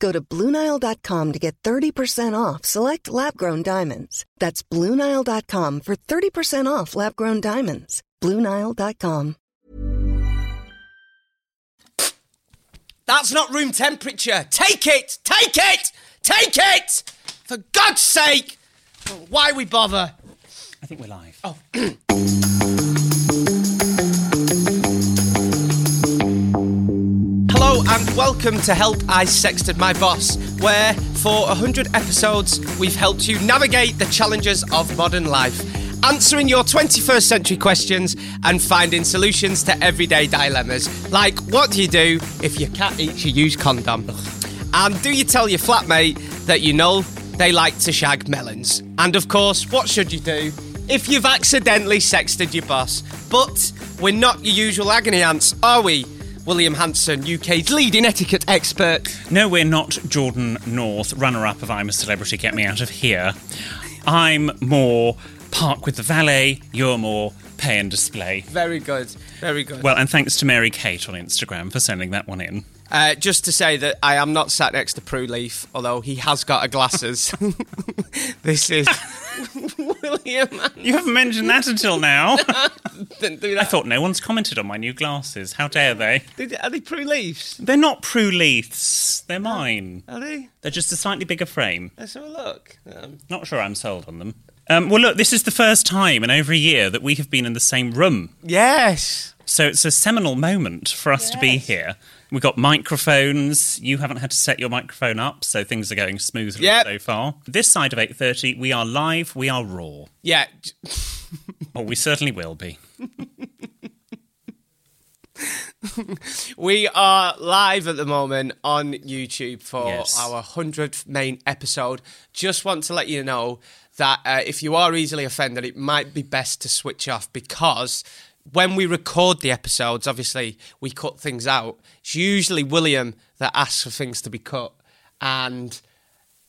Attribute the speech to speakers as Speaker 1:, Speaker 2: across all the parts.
Speaker 1: Go to BlueNile.com to get 30% off select lab grown diamonds. That's BlueNile.com for 30% off lab grown diamonds. BlueNile.com.
Speaker 2: That's not room temperature. Take it! Take it! Take it! For God's sake! Why we bother?
Speaker 3: I think we're live.
Speaker 2: Oh. Hello and welcome to Help I Sexted My Boss, where for 100 episodes we've helped you navigate the challenges of modern life, answering your 21st century questions and finding solutions to everyday dilemmas, like what do you do if your cat eats your used condom? And do you tell your flatmate that you know they like to shag melons? And of course, what should you do if you've accidentally sexted your boss? But we're not your usual agony ants, are we? William Hanson, UK's leading etiquette expert.
Speaker 3: No, we're not Jordan North, runner up of I'm a Celebrity, Get Me Out of Here. I'm more Park with the Valet, you're more Pay and Display.
Speaker 2: Very good, very good.
Speaker 3: Well, and thanks to Mary Kate on Instagram for sending that one in.
Speaker 2: Uh, just to say that I am not sat next to Prue Leaf, although he has got a glasses. this is William. Hanson.
Speaker 3: You haven't mentioned that until now.
Speaker 2: Didn't do
Speaker 3: I
Speaker 2: that.
Speaker 3: thought no one's commented on my new glasses. How dare they?
Speaker 2: Did- Are they Prue Leafs?
Speaker 3: They're not Prue Leiths, they're mine.
Speaker 2: Are they?
Speaker 3: They're just a slightly bigger frame.
Speaker 2: Let's have a look. Um,
Speaker 3: Not sure I'm sold on them. Um, well, look, this is the first time in over a year that we have been in the same room.
Speaker 2: yes.
Speaker 3: So it's a seminal moment for us to be here. We've got microphones. You haven't had to set your microphone up, so things are going smoothly
Speaker 2: Yep.
Speaker 3: so far. This side of 8.30, we are live, we are raw.
Speaker 2: Yeah. j-
Speaker 3: Or we certainly will be.
Speaker 2: We are live at the moment on YouTube for
Speaker 3: Yes.
Speaker 2: our 100th main episode. Just want to let you know that uh, if you are easily offended, it might be best to switch off because when we record the episodes, obviously we cut things out. It's usually William that asks for things to be cut, and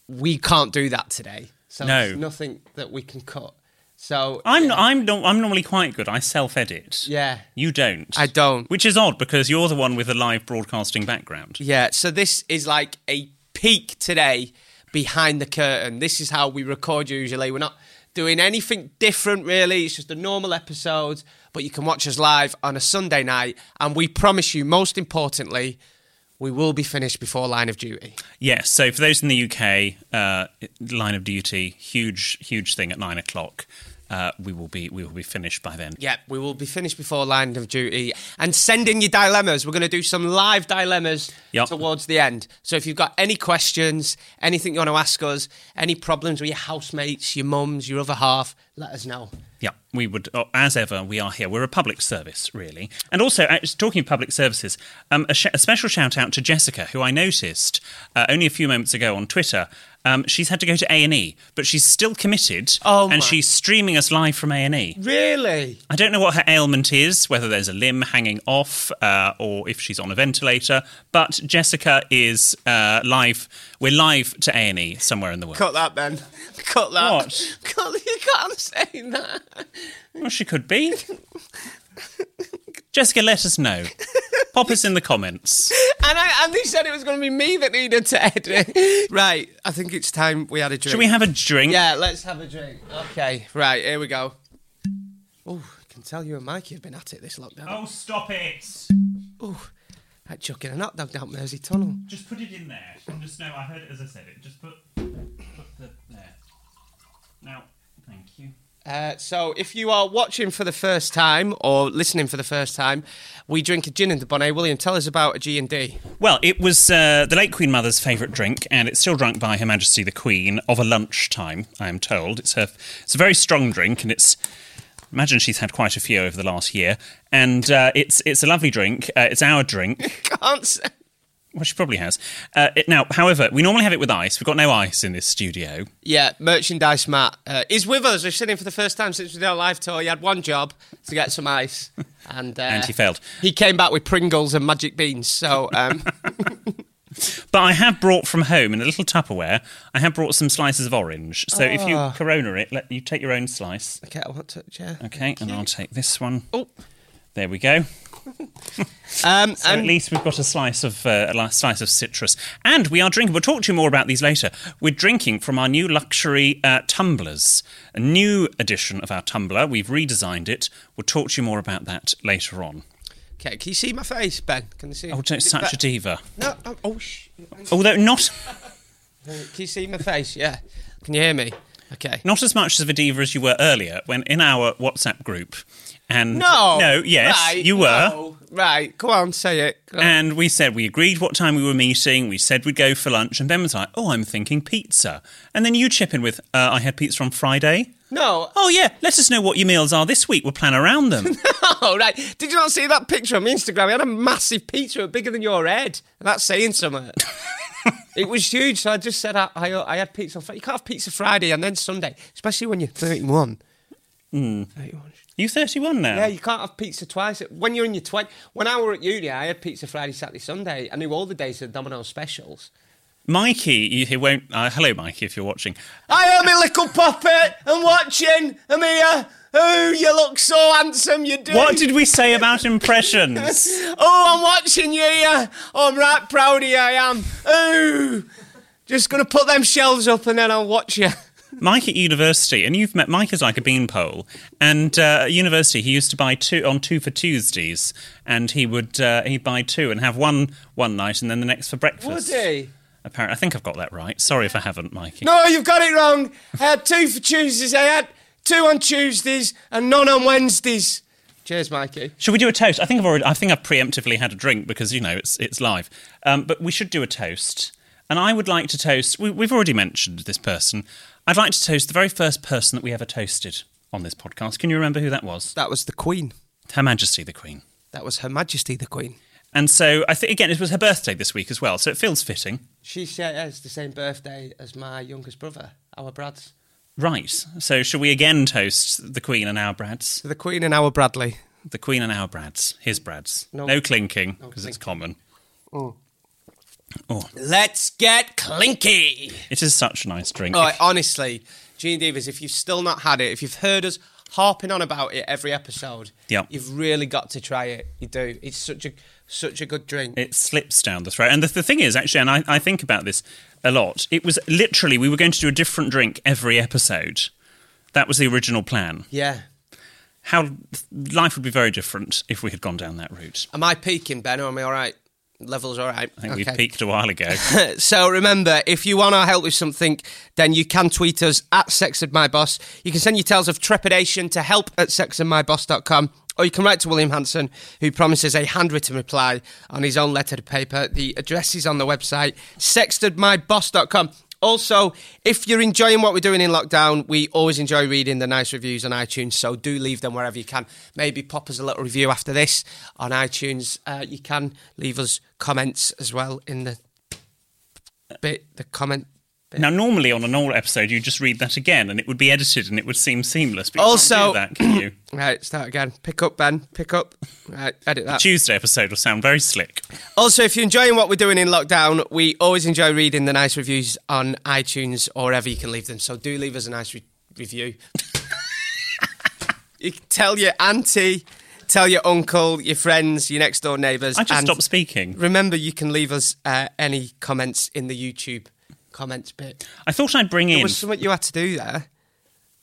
Speaker 2: we can't do that today. So
Speaker 3: No.
Speaker 2: there's nothing that we can cut. So
Speaker 3: I'm, I'm, no- I'm normally quite good. I self-edit.
Speaker 2: Yeah.
Speaker 3: You don't.
Speaker 2: I don't.
Speaker 3: Which is odd, because you're the one with a live broadcasting background.
Speaker 2: Yeah, so this is like a peek today behind the curtain. This is how we record usually. We're not doing anything different really. It's just a normal episode, but you can watch us live on a Sunday night and we promise you most importantly we will be finished before line of duty.
Speaker 3: Yes. So for those in the UK, uh, line of duty, huge, huge thing at nine o'clock. Uh, we will be we will be finished by then.
Speaker 2: Yeah, we will be finished before line of duty and send in your dilemmas. We're going to do some live dilemmas
Speaker 3: Yep.
Speaker 2: towards the end. So if you've got any questions, anything you want to ask us, any problems with your housemates, your mums, your other half, let us know.
Speaker 3: Yeah, we would, oh, as ever, we are here. We're a public service, really. And also, uh, just talking of public services, um, a, sh- a special shout out to Jessica, who I noticed uh, only a few moments ago on Twitter. Um, she's had to go to A and E, but she's still committed,
Speaker 2: Oh,
Speaker 3: and
Speaker 2: my-
Speaker 3: she's streaming us live from A and E.
Speaker 2: Really?
Speaker 3: I don't know what her ailment is, whether there's a limb hanging off uh, or if she's on a ventilator. But Jessica is uh, live. We're live to A and E somewhere in the world.
Speaker 2: Cut that then. Cut that.
Speaker 3: What?
Speaker 2: Cut, you can't say that.
Speaker 3: Well, she could be. Jessica, let us know. Pop us in the comments.
Speaker 2: And, I, and they said it was going to be me that needed to edit. right, I think it's time we had a drink.
Speaker 3: Should we have a drink?
Speaker 2: Yeah, let's have a drink. Okay, right, here we go. Oh, I can tell you and Mikey have been at it this lockdown.
Speaker 3: Oh, stop it!
Speaker 2: Like chucking a hot dog down Mersey Tunnel.
Speaker 3: Just put it in there. Just know I heard it as I said it. Just put, put the there. Now, thank you.
Speaker 2: Uh, Uh, so, if you are watching for the first time or listening for the first time, we drink a gin in the bonnet. William, tell us about a G and D.
Speaker 3: Well, it was uh, the late Queen Mother's favourite drink, and it's still drunk by Her Majesty the Queen of a lunchtime. I am told it's her. It's a very strong drink, and it's. Imagine she's had quite a few over the last year, and uh, it's it's a lovely drink. Uh, it's our drink.
Speaker 2: Can't say.
Speaker 3: Well, she probably has. Uh, it, now, however, we normally have it with ice. We've got no ice in this studio.
Speaker 2: Yeah, merchandise Matt uh, is with us. We've seen him for the first time since we did our live tour. He had one job to get some ice, and, uh,
Speaker 3: And he failed.
Speaker 2: He came back with Pringles and magic beans. So um,
Speaker 3: But I have brought from home in a little Tupperware. I have brought some slices of orange. So if you
Speaker 2: Ah.
Speaker 3: Corona it, let you take your own slice.
Speaker 2: okay, I want to. Yeah.
Speaker 3: Okay, and I'll take this one.
Speaker 2: Oh,
Speaker 3: There we go.
Speaker 2: um,
Speaker 3: So
Speaker 2: and
Speaker 3: at least we've got a slice of uh, a li- slice of citrus, and we are drinking. We'll talk to you more about these later. We're drinking from our new luxury uh, tumblers, a new edition of our tumbler. We've redesigned it. We'll talk to you more about that later on.
Speaker 2: okay, can you see my face, Ben? Can you see?
Speaker 3: Oh, don't
Speaker 2: Is it
Speaker 3: such
Speaker 2: be-
Speaker 3: a diva.
Speaker 2: No. Oh, oh shh. Can
Speaker 3: Although not
Speaker 2: you see my face? Yeah. Can you hear me? Okay.
Speaker 3: not as much of a diva as you were earlier when in our WhatsApp group. And
Speaker 2: No.
Speaker 3: no, yes,
Speaker 2: Right,
Speaker 3: you were.
Speaker 2: no. Right. Come on, say it. Go on.
Speaker 3: And we said we agreed what time we were meeting. We said we'd go for lunch, and Ben was like, "Oh, I'm thinking pizza." And then you chip in with, uh, "I had pizza on Friday."
Speaker 2: no.
Speaker 3: Oh yeah, let us know what your meals are this week. We'll plan around them.
Speaker 2: Oh, right. Did you not see that picture on my Instagram? He had a massive pizza bigger than your head. And that's saying something. it was huge. So I just said I, I, I had pizza on Friday. You can't have pizza Friday and then Sunday, especially when you're 31.
Speaker 3: Hmm.
Speaker 2: 31.
Speaker 3: you 31 now.
Speaker 2: Yeah, you can't have pizza twice. When you're in your 20s. When I were at uni, I had pizza Friday, Saturday, Sunday. I knew all the days of the Domino's specials.
Speaker 3: Mikey, you, he won't. Uh, hello, Mikey, if you're watching.
Speaker 2: I am a little puppet. I'm watching. I'm here. Oh, you look so handsome, you do.
Speaker 3: What did we say about impressions?
Speaker 2: Oh, I'm watching you. Yeah. Oh, I'm right proud of you. I am. Ooh, just gonna put them shelves up and then I'll watch you.
Speaker 3: Mike at university, and you've met Mike is like a beanpole. And uh, at university, he used to buy two on two for Tuesdays, and he would uh, he'd buy two and have one one night, and then the next for breakfast. Apparently, I think I've got that right. Sorry if I haven't, Mikey.
Speaker 2: No, you've got it wrong. I had two for Tuesdays. I had two on Tuesdays and none on Wednesdays. Cheers, Mikey.
Speaker 3: Should we do a toast? I think I've already. I think I've preemptively had a drink because you know it's it's live. Um, but we should do a toast, and I would like to toast. We, we've already mentioned this person. I'd like to toast the very first person that we ever toasted on this podcast. Can you remember who that was?
Speaker 2: That was the Queen.
Speaker 3: Her Majesty the Queen.
Speaker 2: That was Her Majesty the Queen.
Speaker 3: And so I think again, it was her birthday this week as well, so it feels fitting.
Speaker 2: She shares the same birthday as my youngest brother, our Brad's.
Speaker 3: Right. So shall we again toast the Queen and our Brads?
Speaker 2: So the Queen and our Bradley.
Speaker 3: The Queen and our Brads. His Brads.
Speaker 2: No.
Speaker 3: No, clinking Mm. because it's common. Oh,
Speaker 2: Let's get clinky.
Speaker 3: It is such a nice drink.
Speaker 2: All right, honestly, Gene Divas, if you've still not had it, if you've heard us harping on about it every episode,
Speaker 3: Yeah.
Speaker 2: you've really got to try it. You do. It's such a such a good drink.
Speaker 3: It slips down the throat. And the, the thing is, actually, and I, I think about this a lot, it was literally we were going to do a different drink every episode. That was the original plan.
Speaker 2: yeah.
Speaker 3: How life would be very different if we had gone down that route.
Speaker 2: Am I peaking, Ben, or am I all right? Level's all right.
Speaker 3: I think we peaked a while ago.
Speaker 2: So remember, if you want our help with something, then you can tweet us at sexedmyboss. You can send your tales of trepidation to help at sexedmyboss.com. Or you can write to William Hanson, who promises a handwritten reply on his own letter to paper. The address is on the website, sextedmyboss.com. Also, if you're enjoying what we're doing in lockdown, we always enjoy reading the nice reviews on iTunes, so do leave them wherever you can. Maybe pop us a little review after this on iTunes. Uh, you can leave us comments as well in the bit the comment.
Speaker 3: Now, normally on an old episode, you just read that again, and it would be edited, and it would seem seamless. But
Speaker 2: Also-
Speaker 3: you can't do that, can you?
Speaker 2: Right, start again. Pick up, Ben. Pick up. Right, edit that.
Speaker 3: Tuesday episode will sound very slick.
Speaker 2: Also, if you're enjoying what we're doing in lockdown, we always enjoy reading the nice reviews on iTunes or wherever you can leave them. So do leave us a nice re- review. you can tell your auntie, tell your uncle, your friends, your next door neighbours.
Speaker 3: I just
Speaker 2: and
Speaker 3: stopped speaking.
Speaker 2: Remember, you can leave us uh, any comments in the YouTube comments bit.
Speaker 3: I thought I'd bring
Speaker 2: There
Speaker 3: in.
Speaker 2: was something you had to do there.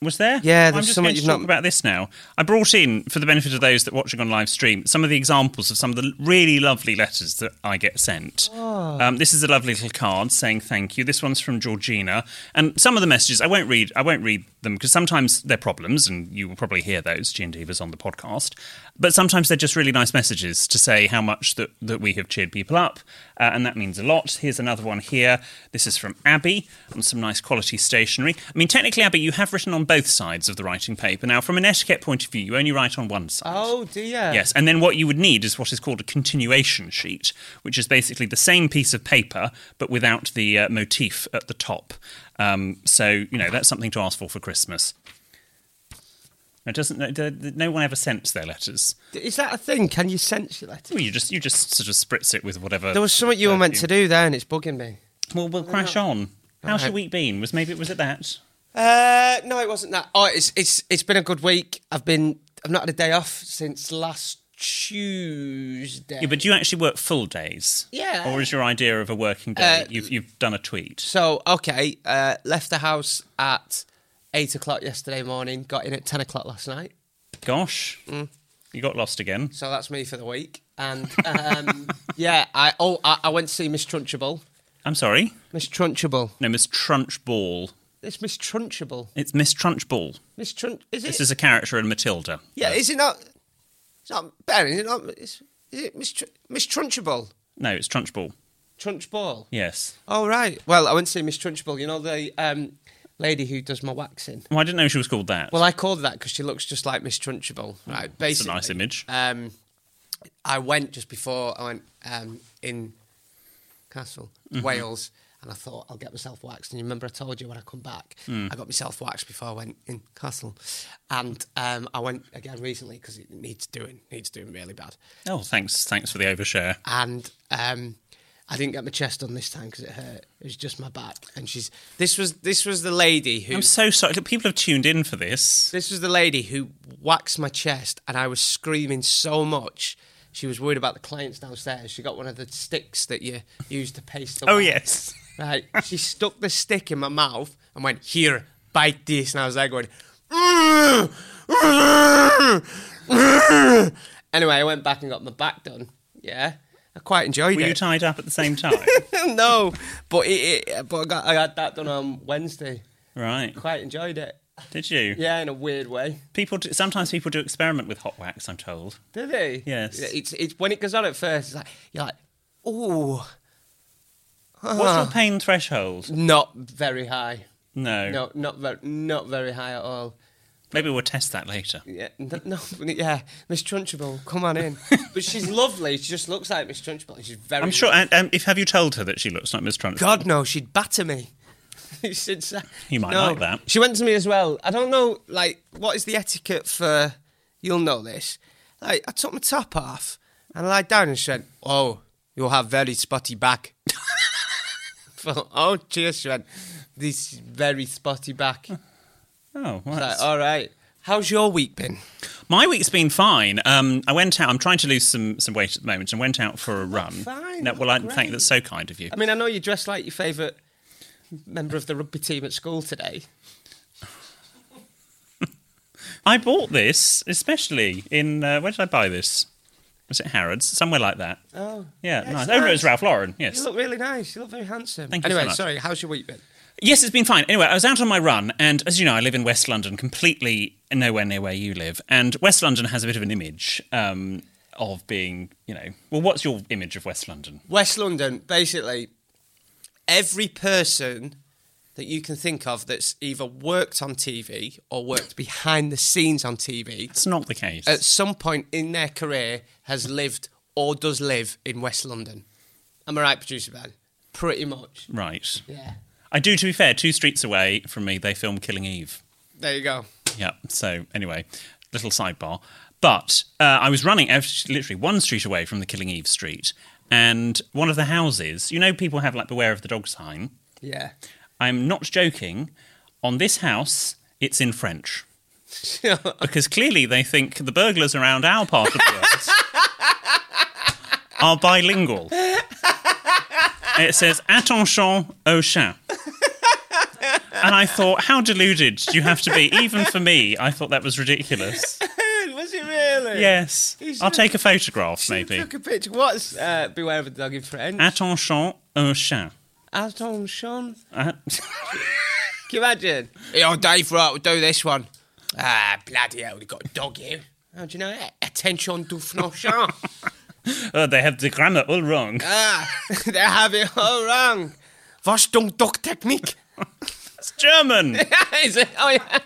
Speaker 3: Was there?
Speaker 2: Yeah,
Speaker 3: I'm
Speaker 2: there's
Speaker 3: just
Speaker 2: something
Speaker 3: going to
Speaker 2: you've
Speaker 3: talk
Speaker 2: not-
Speaker 3: about this now. I brought in, for the benefit of those that are watching on live stream, some of the examples of some of the really lovely letters that I get sent. Um, this is a lovely little card saying thank you. This one's from Georgina, and some of the messages I won't read. I won't read them because sometimes they're problems, and you will probably hear those G and Divas on the podcast. But sometimes they're just really nice messages to say how much that that we have cheered people up, uh, and that means a lot. Here's another one here. This is from Abby on some nice quality stationery. I mean, technically, Abby, you have written on both sides of the writing paper. Now, from an etiquette point of view, you only write on one side.
Speaker 2: Oh, do you?
Speaker 3: Yes, and then what you would need is what is called a continuation sheet, which is basically the same piece of paper but without the uh, motif at the top. Um, so you know that's something to ask for for Christmas. It doesn't. no- the- the- No one ever sends their letters.
Speaker 2: Is that a thing? Can you sense your letter?
Speaker 3: Well, you just you just sort of spritz it with whatever.
Speaker 2: There was something you were meant to do there, and it's bugging me.
Speaker 3: Well, we'll crash on. How's your
Speaker 2: Alright.
Speaker 3: week been? Was maybe was it that?
Speaker 2: Uh, no, it wasn't that. Oh, it's it's it's been a good week. I've been I've not had a day off since last Tuesday.
Speaker 3: Yeah, but do you actually work full days?
Speaker 2: Yeah.
Speaker 3: Or is your idea of a working day
Speaker 2: Uh,
Speaker 3: you've you've done a tweet?
Speaker 2: So okay, uh, left the house at eight o'clock yesterday morning. Got in at ten o'clock last night.
Speaker 3: Gosh,
Speaker 2: Mm.
Speaker 3: you got lost again.
Speaker 2: So that's me for the week. And um, yeah, I oh I, I went to see Miss Trunchable.
Speaker 3: I'm sorry.
Speaker 2: Miss Trunchable.
Speaker 3: No, Miss Trunchball.
Speaker 2: It's Miss Trunchable.
Speaker 3: It's Miss Trunchball.
Speaker 2: Miss Trunch. Is it?
Speaker 3: This is a character in Matilda.
Speaker 2: yeah. Is it not? It's not Ben. Is it not? Is, is it Miss Tr- Miss Trunchable?
Speaker 3: No, it's Trunchball.
Speaker 2: Trunchball.
Speaker 3: Yes.
Speaker 2: Oh right. Well, I went to see Miss Trunchbull. You know the um, lady who does my waxing.
Speaker 3: Well, I didn't know she was called that.
Speaker 2: Well, I called her that because she looks just like Miss Trunchbull. Right. Basically,
Speaker 3: that's a nice image.
Speaker 2: Um, I went just before I went um, in Castle
Speaker 3: Mm-hmm.
Speaker 2: Wales, and I thought I'll get myself waxed. And you remember I told you when I come back,
Speaker 3: Mm.
Speaker 2: I got myself waxed before I went in Castle, and um, I went again recently because it needs doing, needs doing really bad.
Speaker 3: oh, thanks. Thanks for the overshare.
Speaker 2: and um, I didn't get my chest done this time because it hurt. It was just my back. And she's this was this was the lady who
Speaker 3: I'm so sorry. Look, people have tuned in for this.
Speaker 2: this was the lady who waxed my chest, and I was screaming so much. She was worried about the clients downstairs. She got one of the sticks that you use to paste. The
Speaker 3: Oh,
Speaker 2: wax.
Speaker 3: yes.
Speaker 2: Right. She stuck the stick in my mouth and went, Here, bite this. And I was there going, "Mm, mm, mm." Anyway, I went back and got my back done. Yeah. I quite enjoyed
Speaker 3: Were
Speaker 2: it.
Speaker 3: you tied up at the same time?
Speaker 2: no, but it, it, but I, got, I had that done on Wednesday.
Speaker 3: right.
Speaker 2: Quite enjoyed it.
Speaker 3: Did you?
Speaker 2: Yeah, in a weird way.
Speaker 3: People do, sometimes people do experiment with hot wax. I'm told.
Speaker 2: Did they?
Speaker 3: Yes.
Speaker 2: It's it's when it goes on at first. It's like you're like, oh, Ah.
Speaker 3: What's your pain threshold?
Speaker 2: not very high.
Speaker 3: No.
Speaker 2: No, not very, not very high at all.
Speaker 3: Maybe we'll test that later.
Speaker 2: Yeah, no, no yeah. Miss Trunchable, come on in. but she's lovely. She just looks like Miss Trunchable. and She's very.
Speaker 3: I'm sure. And, and if have you told her that she looks like Miss Trunchbull?
Speaker 2: God no, she'd batter me. she'd say,
Speaker 3: You might like that.
Speaker 2: She went to me as well. I don't know, like, what is the etiquette for? You'll know this. Like, I took my top off and I lied down and she went, "Oh, you'll have very spotty back." Thought, oh, cheers, she went. This is very spotty back.
Speaker 3: Oh, well,
Speaker 2: Like,
Speaker 3: that's-
Speaker 2: all right. How's your week been?
Speaker 3: My week's been fine. Um, I went out. I'm trying to lose some, some weight at the moment, and went out for a run.
Speaker 2: Oh, fine,
Speaker 3: No, well,
Speaker 2: oh,
Speaker 3: I thank. That's so kind of you.
Speaker 2: I mean, I know you dressed like your favourite member of the rugby team at school today.
Speaker 3: I bought this especially in uh, where did I buy this? Was it Harrods? Somewhere like that.
Speaker 2: Oh,
Speaker 3: yeah,
Speaker 2: yeah,
Speaker 3: nice.
Speaker 2: it's
Speaker 3: Oh no, it
Speaker 2: nice.
Speaker 3: was Ralph Lauren. Yes.
Speaker 2: You look really nice. You look very handsome.
Speaker 3: Thank you so
Speaker 2: anyway,
Speaker 3: much.
Speaker 2: sorry. How's your week been?
Speaker 3: Yes, it's been fine. Anyway, I was out on my run, and as you know, I live in West London, completely nowhere near where you live. And West London has a bit of an image um, of being, you know, well, what's your image of West London?
Speaker 2: West London, basically, every person that you can think of that's either worked on TV or worked behind the scenes on TV
Speaker 3: It's not the case.
Speaker 2: at some point in their career has lived or does live in West London. Am I right, producer Ben? Pretty much.
Speaker 3: right.
Speaker 2: Yeah.
Speaker 3: I do, to be fair, two streets away from me, they film Killing Eve.
Speaker 2: There you go.
Speaker 3: Yeah. So anyway, little sidebar. But uh, I was running out- literally one street away from the Killing Eve street, and one of the houses. You know, people have like "Beware of the dog" sign.
Speaker 2: Yeah.
Speaker 3: I'm not joking. On this house, it's in French because clearly they think the burglars around our part of the world are bilingual. It says "Attention au chien." and I thought, how deluded do you have to be? Even for me, I thought that was ridiculous.
Speaker 2: Was it really?
Speaker 3: Yes,
Speaker 2: You should
Speaker 3: I'll
Speaker 2: have-
Speaker 3: take a photograph,
Speaker 2: Should
Speaker 3: maybe.
Speaker 2: Took a picture. What's uh, beware of the dog in French?
Speaker 3: Attention, un chat.
Speaker 2: Attention.
Speaker 3: Uh,
Speaker 2: Can you imagine? Yeah, Dave, right, we'll do this one. Ah, bloody hell, we've got a dog here. How Oh, do you know that? Attention du flanchon.
Speaker 3: oh, they have the grammar all wrong.
Speaker 2: ah, they have it all wrong. Waschung Dog Technique.
Speaker 3: It's German.
Speaker 2: Is it? Oh, yeah.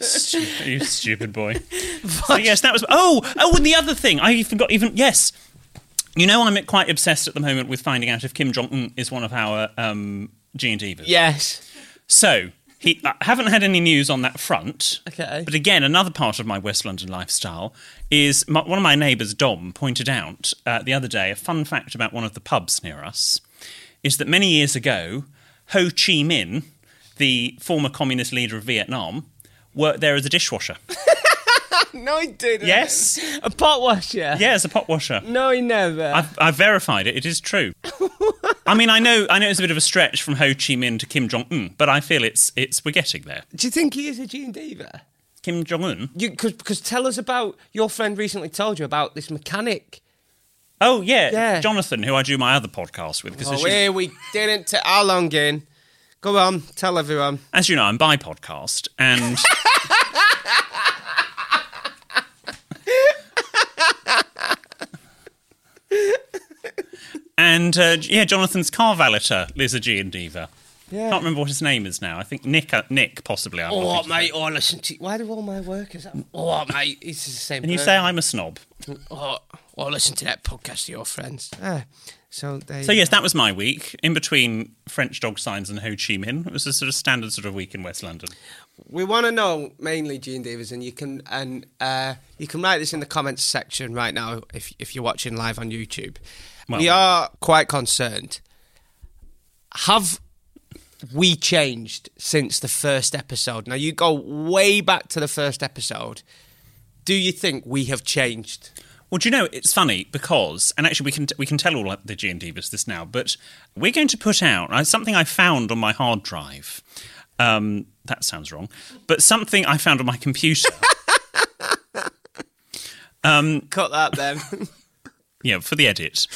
Speaker 3: Stupid- you stupid boy. so yes, that was. Oh, oh, and the other thing I forgot. Even yes, you know I'm quite obsessed at the moment with finding out if Kim Jong Un is one of our um, G and divas.
Speaker 2: Yes.
Speaker 3: So he I haven't had any news on that front.
Speaker 2: Okay.
Speaker 3: But again, another part of my West London lifestyle is my, one of my neighbours, Dom, pointed out uh, the other day a fun fact about one of the pubs near us is that many years ago, Ho Chi Minh, the former communist leader of Vietnam, worked there as a dishwasher.
Speaker 2: No, he didn't.
Speaker 3: Yes.
Speaker 2: A pot washer.
Speaker 3: Yeah, as a pot washer.
Speaker 2: No, he never.
Speaker 3: I've, I've verified it. It is true. I mean, I know, I know it's a bit of a stretch from Ho Chi Minh to Kim Jong Un, but I feel it's it's we're getting there.
Speaker 2: Do you think he is a Gene Diva?
Speaker 3: Kim Jong Un.
Speaker 2: Because tell us about your friend recently told you about this mechanic.
Speaker 3: Oh yeah,
Speaker 2: Yeah.
Speaker 3: Jonathan, who I do my other podcast with, because
Speaker 2: Oh,
Speaker 3: as, you-
Speaker 2: here we didn't. T- how long in? Go on, tell everyone.
Speaker 3: as you know, I'm by podcast, and and uh, yeah, Jonathan's car valeter is a G and diva.
Speaker 2: Yeah.
Speaker 3: Can't remember what his name is now. I think Nick, uh, Nick possibly. I'm
Speaker 2: Oh,
Speaker 3: thinking.
Speaker 2: mate, oh, listen to Why do all my workers. Oh, mate, it's the same
Speaker 3: And you
Speaker 2: person.
Speaker 3: say I'm a snob.
Speaker 2: Oh, oh, listen to that podcast of your friends. Ah, so they.
Speaker 3: So yes, that was my week in between French dog signs and Ho Chi Minh. It was a sort of standard sort of week in West London.
Speaker 2: we want to know mainly Gene Davis, and you can and uh, you can write this in the comments section right now if if you're watching live on YouTube. we are quite concerned. Have we changed since the first episode? Now you go way back to the first episode. Do you think we have changed?
Speaker 3: Well, do you know it's funny because, and actually, we can we can tell all the G and Divas this now, but we're going to put out uh, something I found on my hard drive. Um, that sounds wrong, but something I found on my computer.
Speaker 2: Cut that then.
Speaker 3: yeah, for the edit.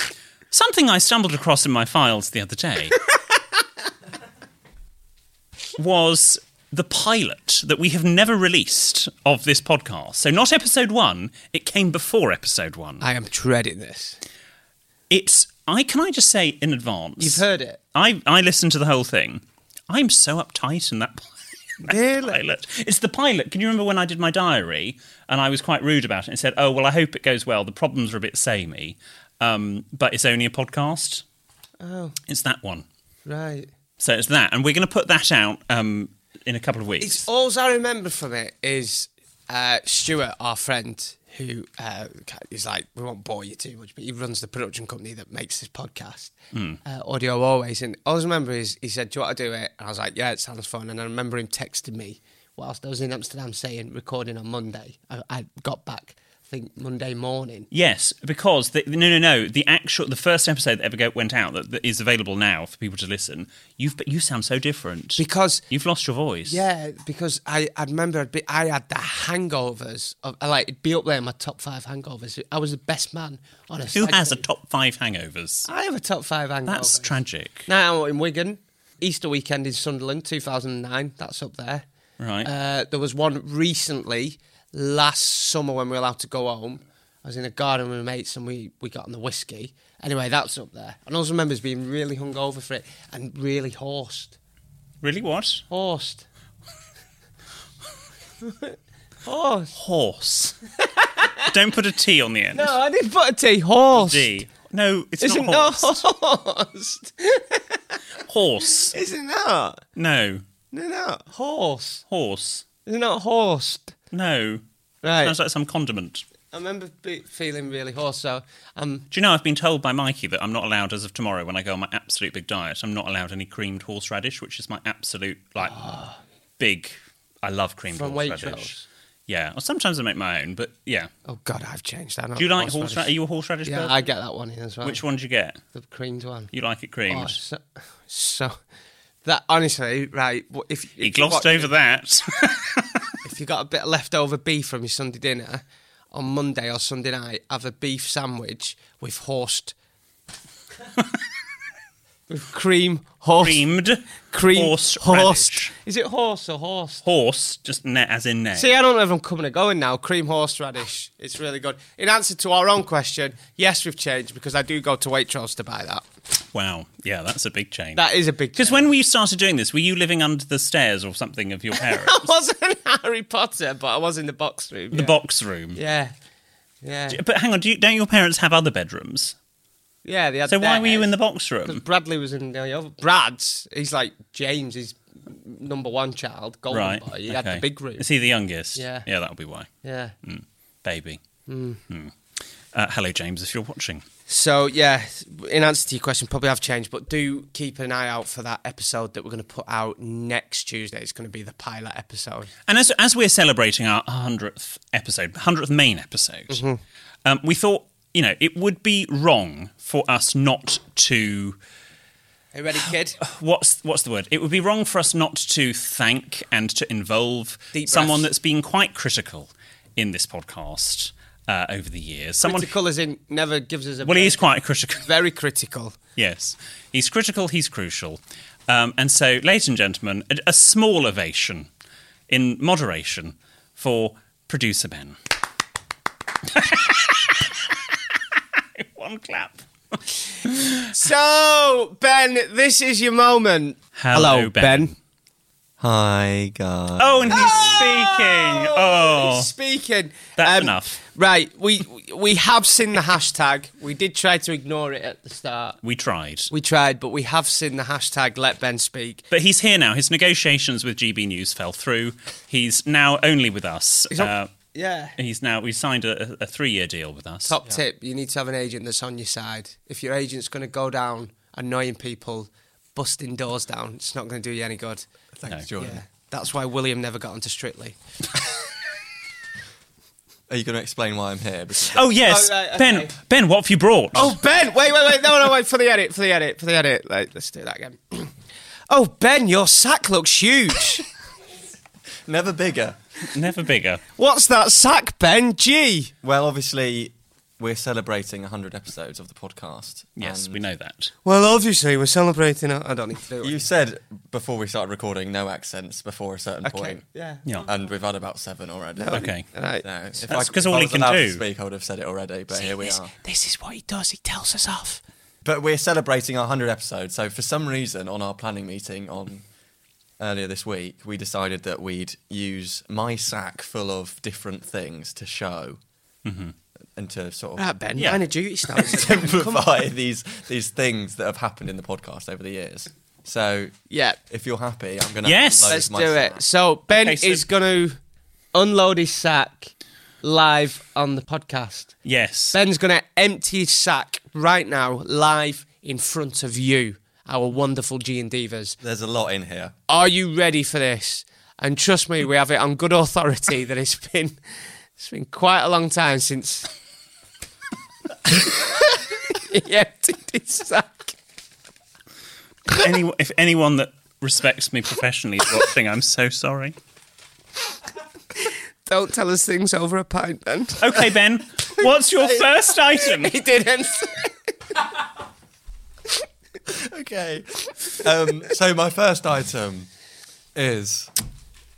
Speaker 3: Something I stumbled across in my files the other day was the pilot that we have never released of this podcast. So not episode 1, it came before episode 1.
Speaker 2: I am dreading this.
Speaker 3: It's I can I just say in advance.
Speaker 2: You've heard it.
Speaker 3: I I listened to the whole thing. I'm so uptight in that
Speaker 2: Really?
Speaker 3: pilot. It's the pilot. Can you remember when I did my diary and I was quite rude about it and said, "Oh well, I hope it goes well. The problems are a bit samey, um, but it's only a podcast."
Speaker 2: Oh,
Speaker 3: It's that one.
Speaker 2: right.
Speaker 3: So it's that, and we're going to put that out um, in a couple of weeks.
Speaker 2: It's all I remember from it is uh, Stuart, our friend, who uh, is like, we won't bore you too much, but he runs the production company that makes this podcast, uh, Audio Always. And all I remember is he said, "Do you want to do it?" And I was like, "Yeah, it sounds fun." And I remember him texting me whilst I was in Amsterdam saying recording on Monday. I, I got back, I think Monday morning.
Speaker 3: Yes, because the, no, no, no. The actual, the first episode that ever go, went out that, that is available now for people to listen. You've but you sound so different
Speaker 2: Because
Speaker 3: you've lost your voice.
Speaker 2: Yeah, because I, I remember I'd be, I had the hangovers. Of, I like it'd be up there in my top five hangovers. I was the best man on a.
Speaker 3: Who
Speaker 2: side
Speaker 3: has a
Speaker 2: gig.
Speaker 3: top five hangovers?
Speaker 2: I have a top five hangover.
Speaker 3: That's tragic.
Speaker 2: now in Wigan, Easter weekend in Sunderland, 2009. That's up there.
Speaker 3: Right.
Speaker 2: Uh, there was one recently last summer when we were allowed to go home. I was in a garden with my mates and we, we got on the whiskey. Anyway, that's up there. And I also remember being really hungover for it and really horsed.
Speaker 3: Really? What?
Speaker 2: Horsed. horsed.
Speaker 3: Horse. Don't put a T on the end.
Speaker 2: No, I didn't put a T. Horsed.
Speaker 3: D. No, it's
Speaker 2: Isn't
Speaker 3: not
Speaker 2: that
Speaker 3: horse.
Speaker 2: horsed?
Speaker 3: Horse.
Speaker 2: Isn't that?
Speaker 3: No.
Speaker 2: No, no. Horse.
Speaker 3: Horse.
Speaker 2: Isn't that horsed?
Speaker 3: No.
Speaker 2: Right.
Speaker 3: Sounds like some condiment.
Speaker 2: I remember be- feeling really hoarse. So um,
Speaker 3: Do you know I've been told by Mikey that I'm not allowed as of tomorrow when I go on my absolute big diet. I'm not allowed any creamed horseradish, which is my absolute like big. I love creamed
Speaker 2: from
Speaker 3: horseradish.
Speaker 2: Waitrose.
Speaker 3: Yeah, or sometimes I make my own, but yeah.
Speaker 2: Oh God, I've changed. I
Speaker 3: Do you like horseradish? Are you a horseradish
Speaker 2: Yeah,
Speaker 3: person?
Speaker 2: I get that one in as well.
Speaker 3: Which one do you get?
Speaker 2: The creamed one.
Speaker 3: You like it creamed?
Speaker 2: Oh, so, so that honestly, right? what- If, if
Speaker 3: he
Speaker 2: you
Speaker 3: glossed
Speaker 2: watch-
Speaker 3: over that.
Speaker 2: if you got a bit of leftover beef from your Sunday dinner on Monday or Sunday night, have a beef sandwich with horst. with cream, horse,
Speaker 3: creamed,
Speaker 2: cream,
Speaker 3: horse,
Speaker 2: horse. Is it horse or horse?
Speaker 3: horse, just net as in net.
Speaker 2: See, I don't know if I'm coming or going now. Cream horseradish. It's really good. In answer to our own question, yes, we've changed because I do go to Waitrose to buy that.
Speaker 3: wow, yeah, that's a big change.
Speaker 2: That is a big
Speaker 3: Because when we started doing this, were you living under the stairs or something of your parents?
Speaker 2: I wasn't Harry Potter, but I was in the box room.
Speaker 3: The box room.
Speaker 2: Yeah. Yeah.
Speaker 3: But hang on, do you, don't your parents have other bedrooms?
Speaker 2: Yeah, they had
Speaker 3: So why were you
Speaker 2: theirs.
Speaker 3: in the box room?
Speaker 2: Bradley was in the other. Brad's, he's like James, he's number one child, golden
Speaker 3: Right.
Speaker 2: boy. He had the
Speaker 3: okay.
Speaker 2: big room.
Speaker 3: Is he the youngest?
Speaker 2: Yeah.
Speaker 3: Yeah, that'll be why.
Speaker 2: Yeah.
Speaker 3: Baby. Hmm. Uh, hello, James, if you're watching.
Speaker 2: So yeah, in answer to your question, probably have changed, but do keep an eye out for that episode that we're going to put out next Tuesday. It's going to be the pilot episode.
Speaker 3: And as as we're celebrating our hundredth episode, hundredth main episode,
Speaker 2: Mm-hmm.
Speaker 3: um, we thought you know it would be wrong for us not to
Speaker 2: Hey, ready, kid?
Speaker 3: what's what's the word? It would be wrong for us not to thank and to involve
Speaker 2: Deep
Speaker 3: someone
Speaker 2: breaths.
Speaker 3: that's been quite critical in this podcast uh, over the years. Someone.
Speaker 2: critical as in never gives us a.
Speaker 3: well, he
Speaker 2: break.
Speaker 3: is quite critical.
Speaker 2: very critical.
Speaker 3: Yes, he's critical. He's crucial. Um, and so, ladies and gentlemen, a, a small ovation in moderation for producer Ben. One clap.
Speaker 2: So Ben, this is your moment.
Speaker 3: Hello, Ben.
Speaker 4: Hi, guys.
Speaker 3: Oh, and he's speaking. Oh,
Speaker 2: He's speaking. Um,
Speaker 3: That's enough.
Speaker 2: Right, we we have seen the hashtag. We did try to ignore it at the start.
Speaker 3: we tried.
Speaker 2: We tried, but we have seen the hashtag let Ben speak.
Speaker 3: But he's here now. His negotiations with GB News fell through. He's now only with us. He's, uh,
Speaker 2: Yeah.
Speaker 3: he's now we signed a, a three-year deal with us.
Speaker 2: Top tip, you need to have an agent that's on your side. If your agent's going to go down annoying people, busting doors down, it's not going to do you any good.
Speaker 4: Thanks, Jordan.
Speaker 2: Yeah. That's why William never got onto Strictly.
Speaker 4: Are you going to explain why I'm here? Because
Speaker 3: Oh yes,
Speaker 2: Oh, right, okay.
Speaker 3: Ben. Ben, what have you brought?
Speaker 2: Oh, Ben! Wait, wait, wait. No, no, wait. For the edit, for the edit, for the edit. Like, let's do that again. Oh, Ben, your sack looks huge.
Speaker 4: never bigger.
Speaker 3: never bigger.
Speaker 2: What's that sack, Ben? Gee.
Speaker 4: Well, obviously, we're celebrating 100 episodes of the podcast.
Speaker 3: Yes,
Speaker 4: and
Speaker 2: Um,
Speaker 3: we know that.
Speaker 2: Well, obviously, we're celebrating. I don't need to do it.
Speaker 4: You said before we started recording, no accents before a certain point.
Speaker 2: Yeah.
Speaker 3: Yeah.
Speaker 4: And we've had about seven already.
Speaker 3: okay.
Speaker 2: Right.
Speaker 4: No, if I-
Speaker 3: 'cause
Speaker 4: if I
Speaker 3: all he
Speaker 4: was
Speaker 3: can
Speaker 4: allowed
Speaker 3: do.
Speaker 4: To speak, I would have said it already, but here we
Speaker 2: this,
Speaker 4: are.
Speaker 2: this is what he does. He tells us off.
Speaker 4: But we're celebrating our 100 episodes. So for some reason, on our planning meeting on earlier this week, we decided that we'd use my sack full of different things to show
Speaker 2: Mm-hmm.
Speaker 4: and to sort
Speaker 2: Right,
Speaker 4: of
Speaker 2: Ben.
Speaker 3: Yeah.
Speaker 2: Line of duty starts.
Speaker 4: simplify these these things that have happened in the podcast over the years. So
Speaker 2: yeah.
Speaker 4: if you're happy, I'm gonna
Speaker 3: Yes.
Speaker 4: unload
Speaker 2: Let's
Speaker 4: my
Speaker 2: do
Speaker 4: sack.
Speaker 2: it. So Ben
Speaker 3: Okay, so-
Speaker 2: is going to unload his sack live on the podcast.
Speaker 3: Yes.
Speaker 2: Ben's going to empty his sack right now, live in front of you, our wonderful G and Divas.
Speaker 4: There's a lot in here.
Speaker 2: Are you ready for this? And trust me, we have it on good authority that it's been it's been quite a long time since he emptied his sack.
Speaker 3: Any, if anyone that respects me professionally is watching, I'm so sorry.
Speaker 2: Don't tell us things over a pint, Ben.
Speaker 3: Okay, Ben. What's your first item?
Speaker 2: He didn't.
Speaker 4: Okay. um, so my first item is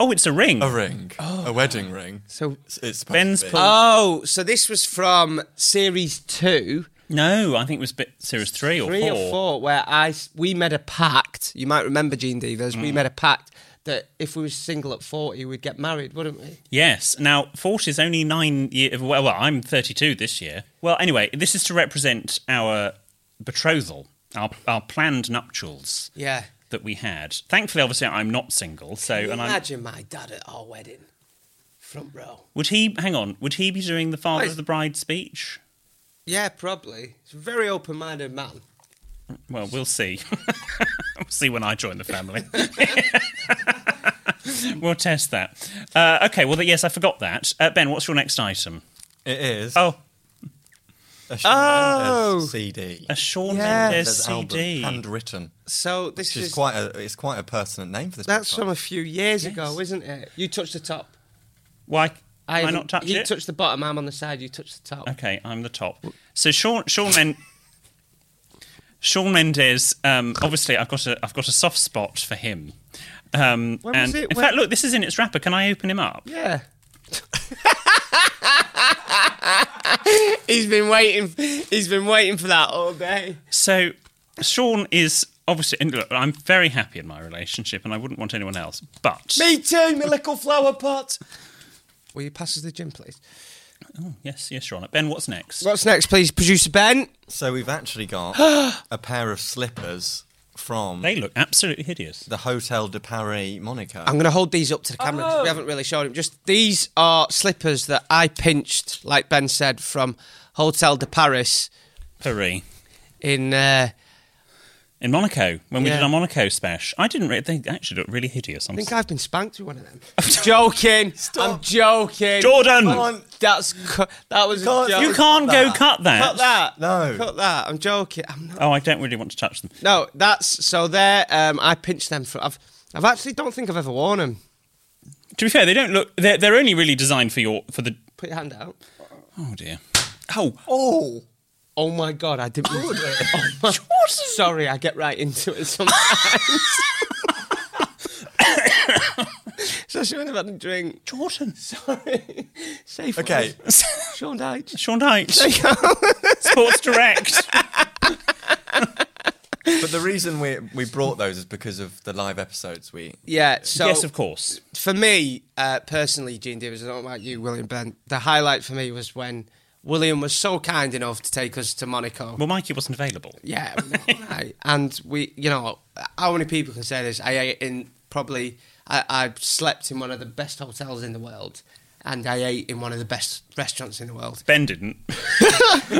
Speaker 3: Oh, it's a ring.
Speaker 4: a ring, a wedding ring.
Speaker 2: So-
Speaker 4: it's supposed to
Speaker 3: Ben's
Speaker 4: be.
Speaker 3: pulled.
Speaker 2: Oh, so this was from series two,
Speaker 3: no, I think it was bit series three or
Speaker 2: three
Speaker 3: four.
Speaker 2: or four, where I s- we made a pact. You might remember, Gene Divas. We made a pact that if we were single at forty, we'd get married, wouldn't we?
Speaker 3: Yes. Now, Fort is only nine years. Well, well, I'm 32 this year. Well, anyway, this is to represent our betrothal, our, our planned nuptials
Speaker 2: Yeah.
Speaker 3: that we had. Thankfully, obviously, I'm not single. So,
Speaker 2: Can you
Speaker 3: and I
Speaker 2: imagine my dad at our wedding, front row.
Speaker 3: would he hang on? Would he be doing the father
Speaker 2: Wait.
Speaker 3: of the bride speech?
Speaker 2: Yeah, probably. He's a very open-minded man.
Speaker 3: Well, we'll see. we'll see when I join the family. We'll test that. Uh, okay, well, yes, I forgot that. Uh, ben, what's your next item?
Speaker 4: It is
Speaker 3: Oh,
Speaker 4: a Shawn
Speaker 2: Oh.
Speaker 4: Mendes CD.
Speaker 3: a Shawn
Speaker 2: Yeah.
Speaker 3: Mendes
Speaker 4: album,
Speaker 3: CD.
Speaker 4: handwritten.
Speaker 2: So this is,
Speaker 4: Which is quite a it's quite a pertinent name for this.
Speaker 2: that's
Speaker 4: podcast.
Speaker 2: from a few years ago, isn't it? You touched the top.
Speaker 3: Why? Why
Speaker 2: haven't-
Speaker 3: not touch
Speaker 2: You
Speaker 3: it?
Speaker 2: touched the bottom. I'm on the side. You touched the top.
Speaker 3: Okay, I'm the top. So Sean Sean Men- Shawn Mendes. Um, obviously, I've got a I've got a soft spot for him. Um,
Speaker 2: When was
Speaker 3: and
Speaker 2: Oh, it?
Speaker 3: in
Speaker 2: When-
Speaker 3: fact, look, this is in its wrapper. Can I open him up?
Speaker 2: Yeah. he's been waiting. He's been waiting for that all day.
Speaker 3: So Sean is obviously. And look, I'm very happy in my relationship, and I wouldn't want anyone else. But
Speaker 2: Me too, my little flower pot. Will you pass us the gin, please?
Speaker 3: yes, yes, Sean. Ben, what's next?
Speaker 2: What's next, please, producer Ben?
Speaker 4: So we've actually got a pair of slippers from
Speaker 3: They look absolutely hideous.
Speaker 4: the Hotel de Paris Monaco.
Speaker 2: I'm going to hold these up to the camera 'cause we haven't really shown him. Just these are slippers that I pinched, like Ben said, from Hotel de Paris
Speaker 3: Paris.
Speaker 2: in. Uh,
Speaker 3: In Monaco, when we
Speaker 2: Yeah.
Speaker 3: did our Monaco special, I didn't. Re- they actually look really hideous. I'm
Speaker 2: I think I've been spanked with one of them. joking. I'm joking.
Speaker 3: Jordan!
Speaker 2: Come on. That's cu- that was. a
Speaker 4: Can't-
Speaker 2: joke.
Speaker 3: you can't go cut that.
Speaker 2: cut that.
Speaker 4: No.
Speaker 2: cut that. I'm joking. I'm not.
Speaker 3: Oh, I don't really want to touch them.
Speaker 2: No, that's so. There, um, I pinched them for. I've, I've actually don't think I've ever worn them.
Speaker 3: To be fair, they don't look. They're, they're only really designed for your for the.
Speaker 2: Put your hand out.
Speaker 3: Oh dear. Oh,
Speaker 4: oh,
Speaker 2: Oh my god, I didn't. mean- oh my, sorry, I get right into it sometimes. Especially when I've had a drink. Jordan, sorry. Safe.
Speaker 4: okay.
Speaker 2: Sean Dyche.
Speaker 3: Sean Dyche. Sports Direct.
Speaker 4: but the reason we we brought those is because of the live episodes we.
Speaker 2: Yeah. So
Speaker 3: yes, of course.
Speaker 2: for me, uh, personally, Gene Davis, I don't know about you, William Ben. The highlight for me was when William was so kind enough to take us to Monaco.
Speaker 3: Well, Mikey wasn't available.
Speaker 2: Yeah, right. and we, you know, how many people can say this? I ate in probably, I, I slept in one of the best hotels in the world, and I ate in one of the best restaurants in the world.
Speaker 3: Ben didn't.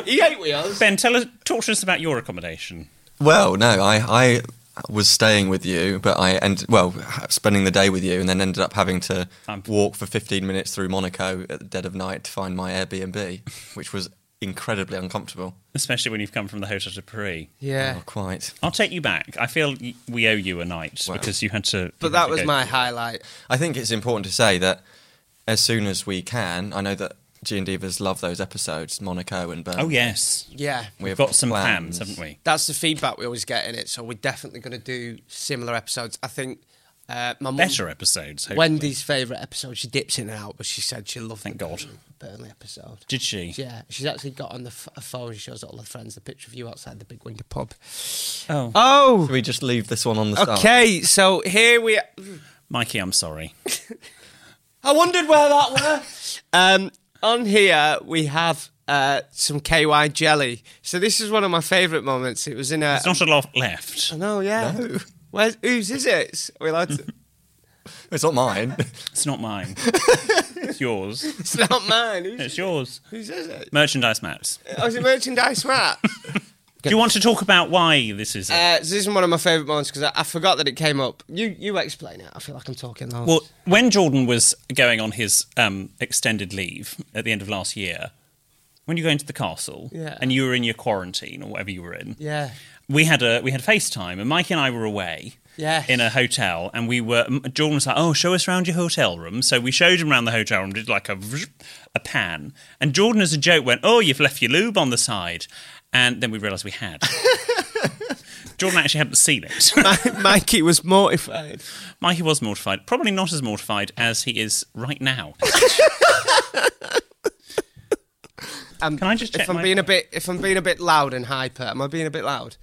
Speaker 2: He ate with us.
Speaker 3: Ben, tell us, talk to us about your accommodation.
Speaker 4: Well, no, I I was staying with you, but I end well spending the day with you, and then ended up having to
Speaker 3: Um,
Speaker 4: walk for 15 minutes through Monaco at the dead of night to find my Airbnb, which was incredibly uncomfortable.
Speaker 3: Especially when you've come from the Hotel de Paris.
Speaker 2: Yeah,
Speaker 3: Oh,
Speaker 4: Not quite.
Speaker 3: I'll take you back. I feel y- we owe you a night
Speaker 4: Well.
Speaker 3: because you had to. you
Speaker 2: but
Speaker 3: had
Speaker 2: that
Speaker 3: to
Speaker 2: was
Speaker 3: go.
Speaker 2: my highlight.
Speaker 4: I think it's important to say that as soon as we can, I know that G and Divas love those episodes, Monaco and Bern.
Speaker 3: Oh yes,
Speaker 2: Yeah,
Speaker 4: We
Speaker 3: we've
Speaker 4: have
Speaker 3: got some plans,
Speaker 4: plans.
Speaker 3: haven't we?
Speaker 2: that's the feedback we always get in it. So we're definitely going to do similar episodes. I think uh, my mum-
Speaker 3: Better episodes. Hopefully.
Speaker 2: Wendy's favourite episode. She dips in and out, but she said she loved.
Speaker 3: Thank
Speaker 2: the
Speaker 3: God.
Speaker 2: Burnley episode.
Speaker 3: Did she?
Speaker 2: Yeah, she's actually got on the f- a phone. She shows all her friends the picture of you outside the Big Window pub.
Speaker 3: Oh,
Speaker 2: Oh,
Speaker 4: Should we just leave this one on the start?
Speaker 2: okay. So here we.
Speaker 3: Mikey, I'm sorry.
Speaker 2: I wondered where that were. um, on here we have uh, some KY jelly. So this is one of my favourite moments. It was in a.
Speaker 3: There's not a lot left.
Speaker 2: I know. Yeah.
Speaker 4: No.
Speaker 2: Where's whose is it? Are we allowed to?
Speaker 4: It's not mine.
Speaker 3: It's not mine. it's yours.
Speaker 2: it's not mine. Whose,
Speaker 3: It's yours.
Speaker 2: whose is it?
Speaker 3: Merchandise maps.
Speaker 2: Oh, is it merchandise wrap?
Speaker 3: Do you want to talk about why this is? it?
Speaker 2: Uh, so this is one of my favourite moments because I, I forgot that it came up. You you explain it. I feel like I'm talking loads.
Speaker 3: Well, when Jordan was going on his um, extended leave at the end of last year, when you go into the castle
Speaker 2: Yeah.
Speaker 3: and you were in your quarantine or whatever you were in,
Speaker 2: Yeah.
Speaker 3: we had a we had FaceTime and Mikey and I were away.
Speaker 2: Yes.
Speaker 3: In a hotel, and we were. M- Jordan was like, "Oh, show us around your hotel room." So we showed him around the hotel room, did like a vroom, a pan, and Jordan, as a joke, went, "Oh, you've left your lube on the side," and then we realised we had. Jordan actually hadn't seen it.
Speaker 2: Mikey was mortified.
Speaker 3: Mikey was mortified. Probably not as mortified as he is right now.
Speaker 2: Um,
Speaker 3: Can I just check
Speaker 2: if I'm
Speaker 3: my-
Speaker 2: being a bit if I'm being a bit loud and hyper? Am I being a bit loud?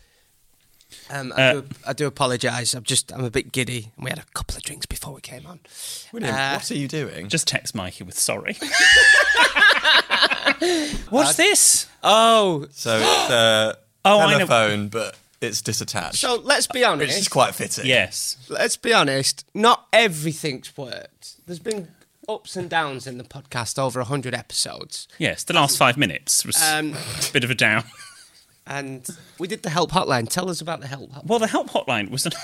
Speaker 2: Um,
Speaker 3: Uh,
Speaker 2: I, do, I do apologise. I'm just I'm a bit giddy, and we had a couple of drinks before we came on.
Speaker 4: William,
Speaker 2: Uh,
Speaker 4: what are you doing?
Speaker 3: Just text Mikey with sorry.
Speaker 2: Uh,
Speaker 3: What's this?
Speaker 2: Oh,
Speaker 4: so it's a
Speaker 3: Oh, I know.
Speaker 4: telephone, but it's disattached,
Speaker 2: so let's be
Speaker 4: which
Speaker 2: honest.
Speaker 4: is quite fitting.
Speaker 3: Yes.
Speaker 2: Let's be honest. Not everything's worked. There's been ups and downs in the podcast over hundred episodes,
Speaker 3: Yes. The last five minutes was
Speaker 2: Um,
Speaker 3: a bit of a down.
Speaker 2: and we did the help hotline. Tell us about the help hotline.
Speaker 3: Well, the help hotline was an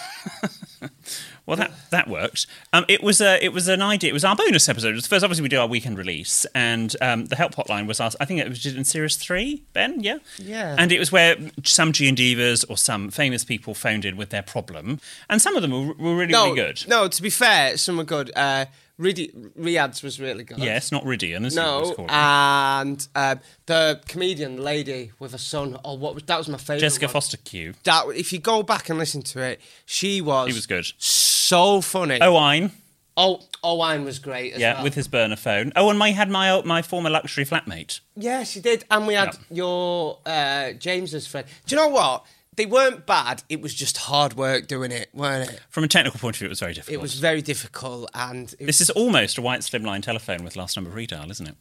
Speaker 3: Well, that that worked. Um, it was a it was an idea. It was our bonus episode. It was the first, obviously, we do our weekend release, and um, the help hotline was asked. I think it was in series three. Ben, yeah,
Speaker 2: Yeah.
Speaker 3: And it was where some G and Divas or some famous people phoned in with their problem, and some of them were, were really really good.
Speaker 2: No, to be fair, some were good. Uh, Ridi- Riyadh's was really good.
Speaker 3: Yes, not Ridian. As it was
Speaker 2: No, uh,
Speaker 3: called.
Speaker 2: and um, the comedian lady with a son. Oh, what was that? Was my favorite.
Speaker 3: Jessica Foster Q.
Speaker 2: That if you go back and listen to it, she was.
Speaker 3: He was good.
Speaker 2: So funny. Oh,
Speaker 3: Owen,
Speaker 2: oh, Owen was great. As
Speaker 3: yeah,
Speaker 2: well.
Speaker 3: with his burner phone. Oh, and my had my old- my former luxury flatmate.
Speaker 2: Yeah, she did. And we had
Speaker 3: Yeah.
Speaker 2: your uh, James's friend. Do you know what? They weren't bad. It was just hard work doing it, weren't it?
Speaker 3: From a technical point of view, it was very difficult.
Speaker 2: It was very difficult, and it
Speaker 3: This is almost a white slimline telephone with last number redial, isn't it?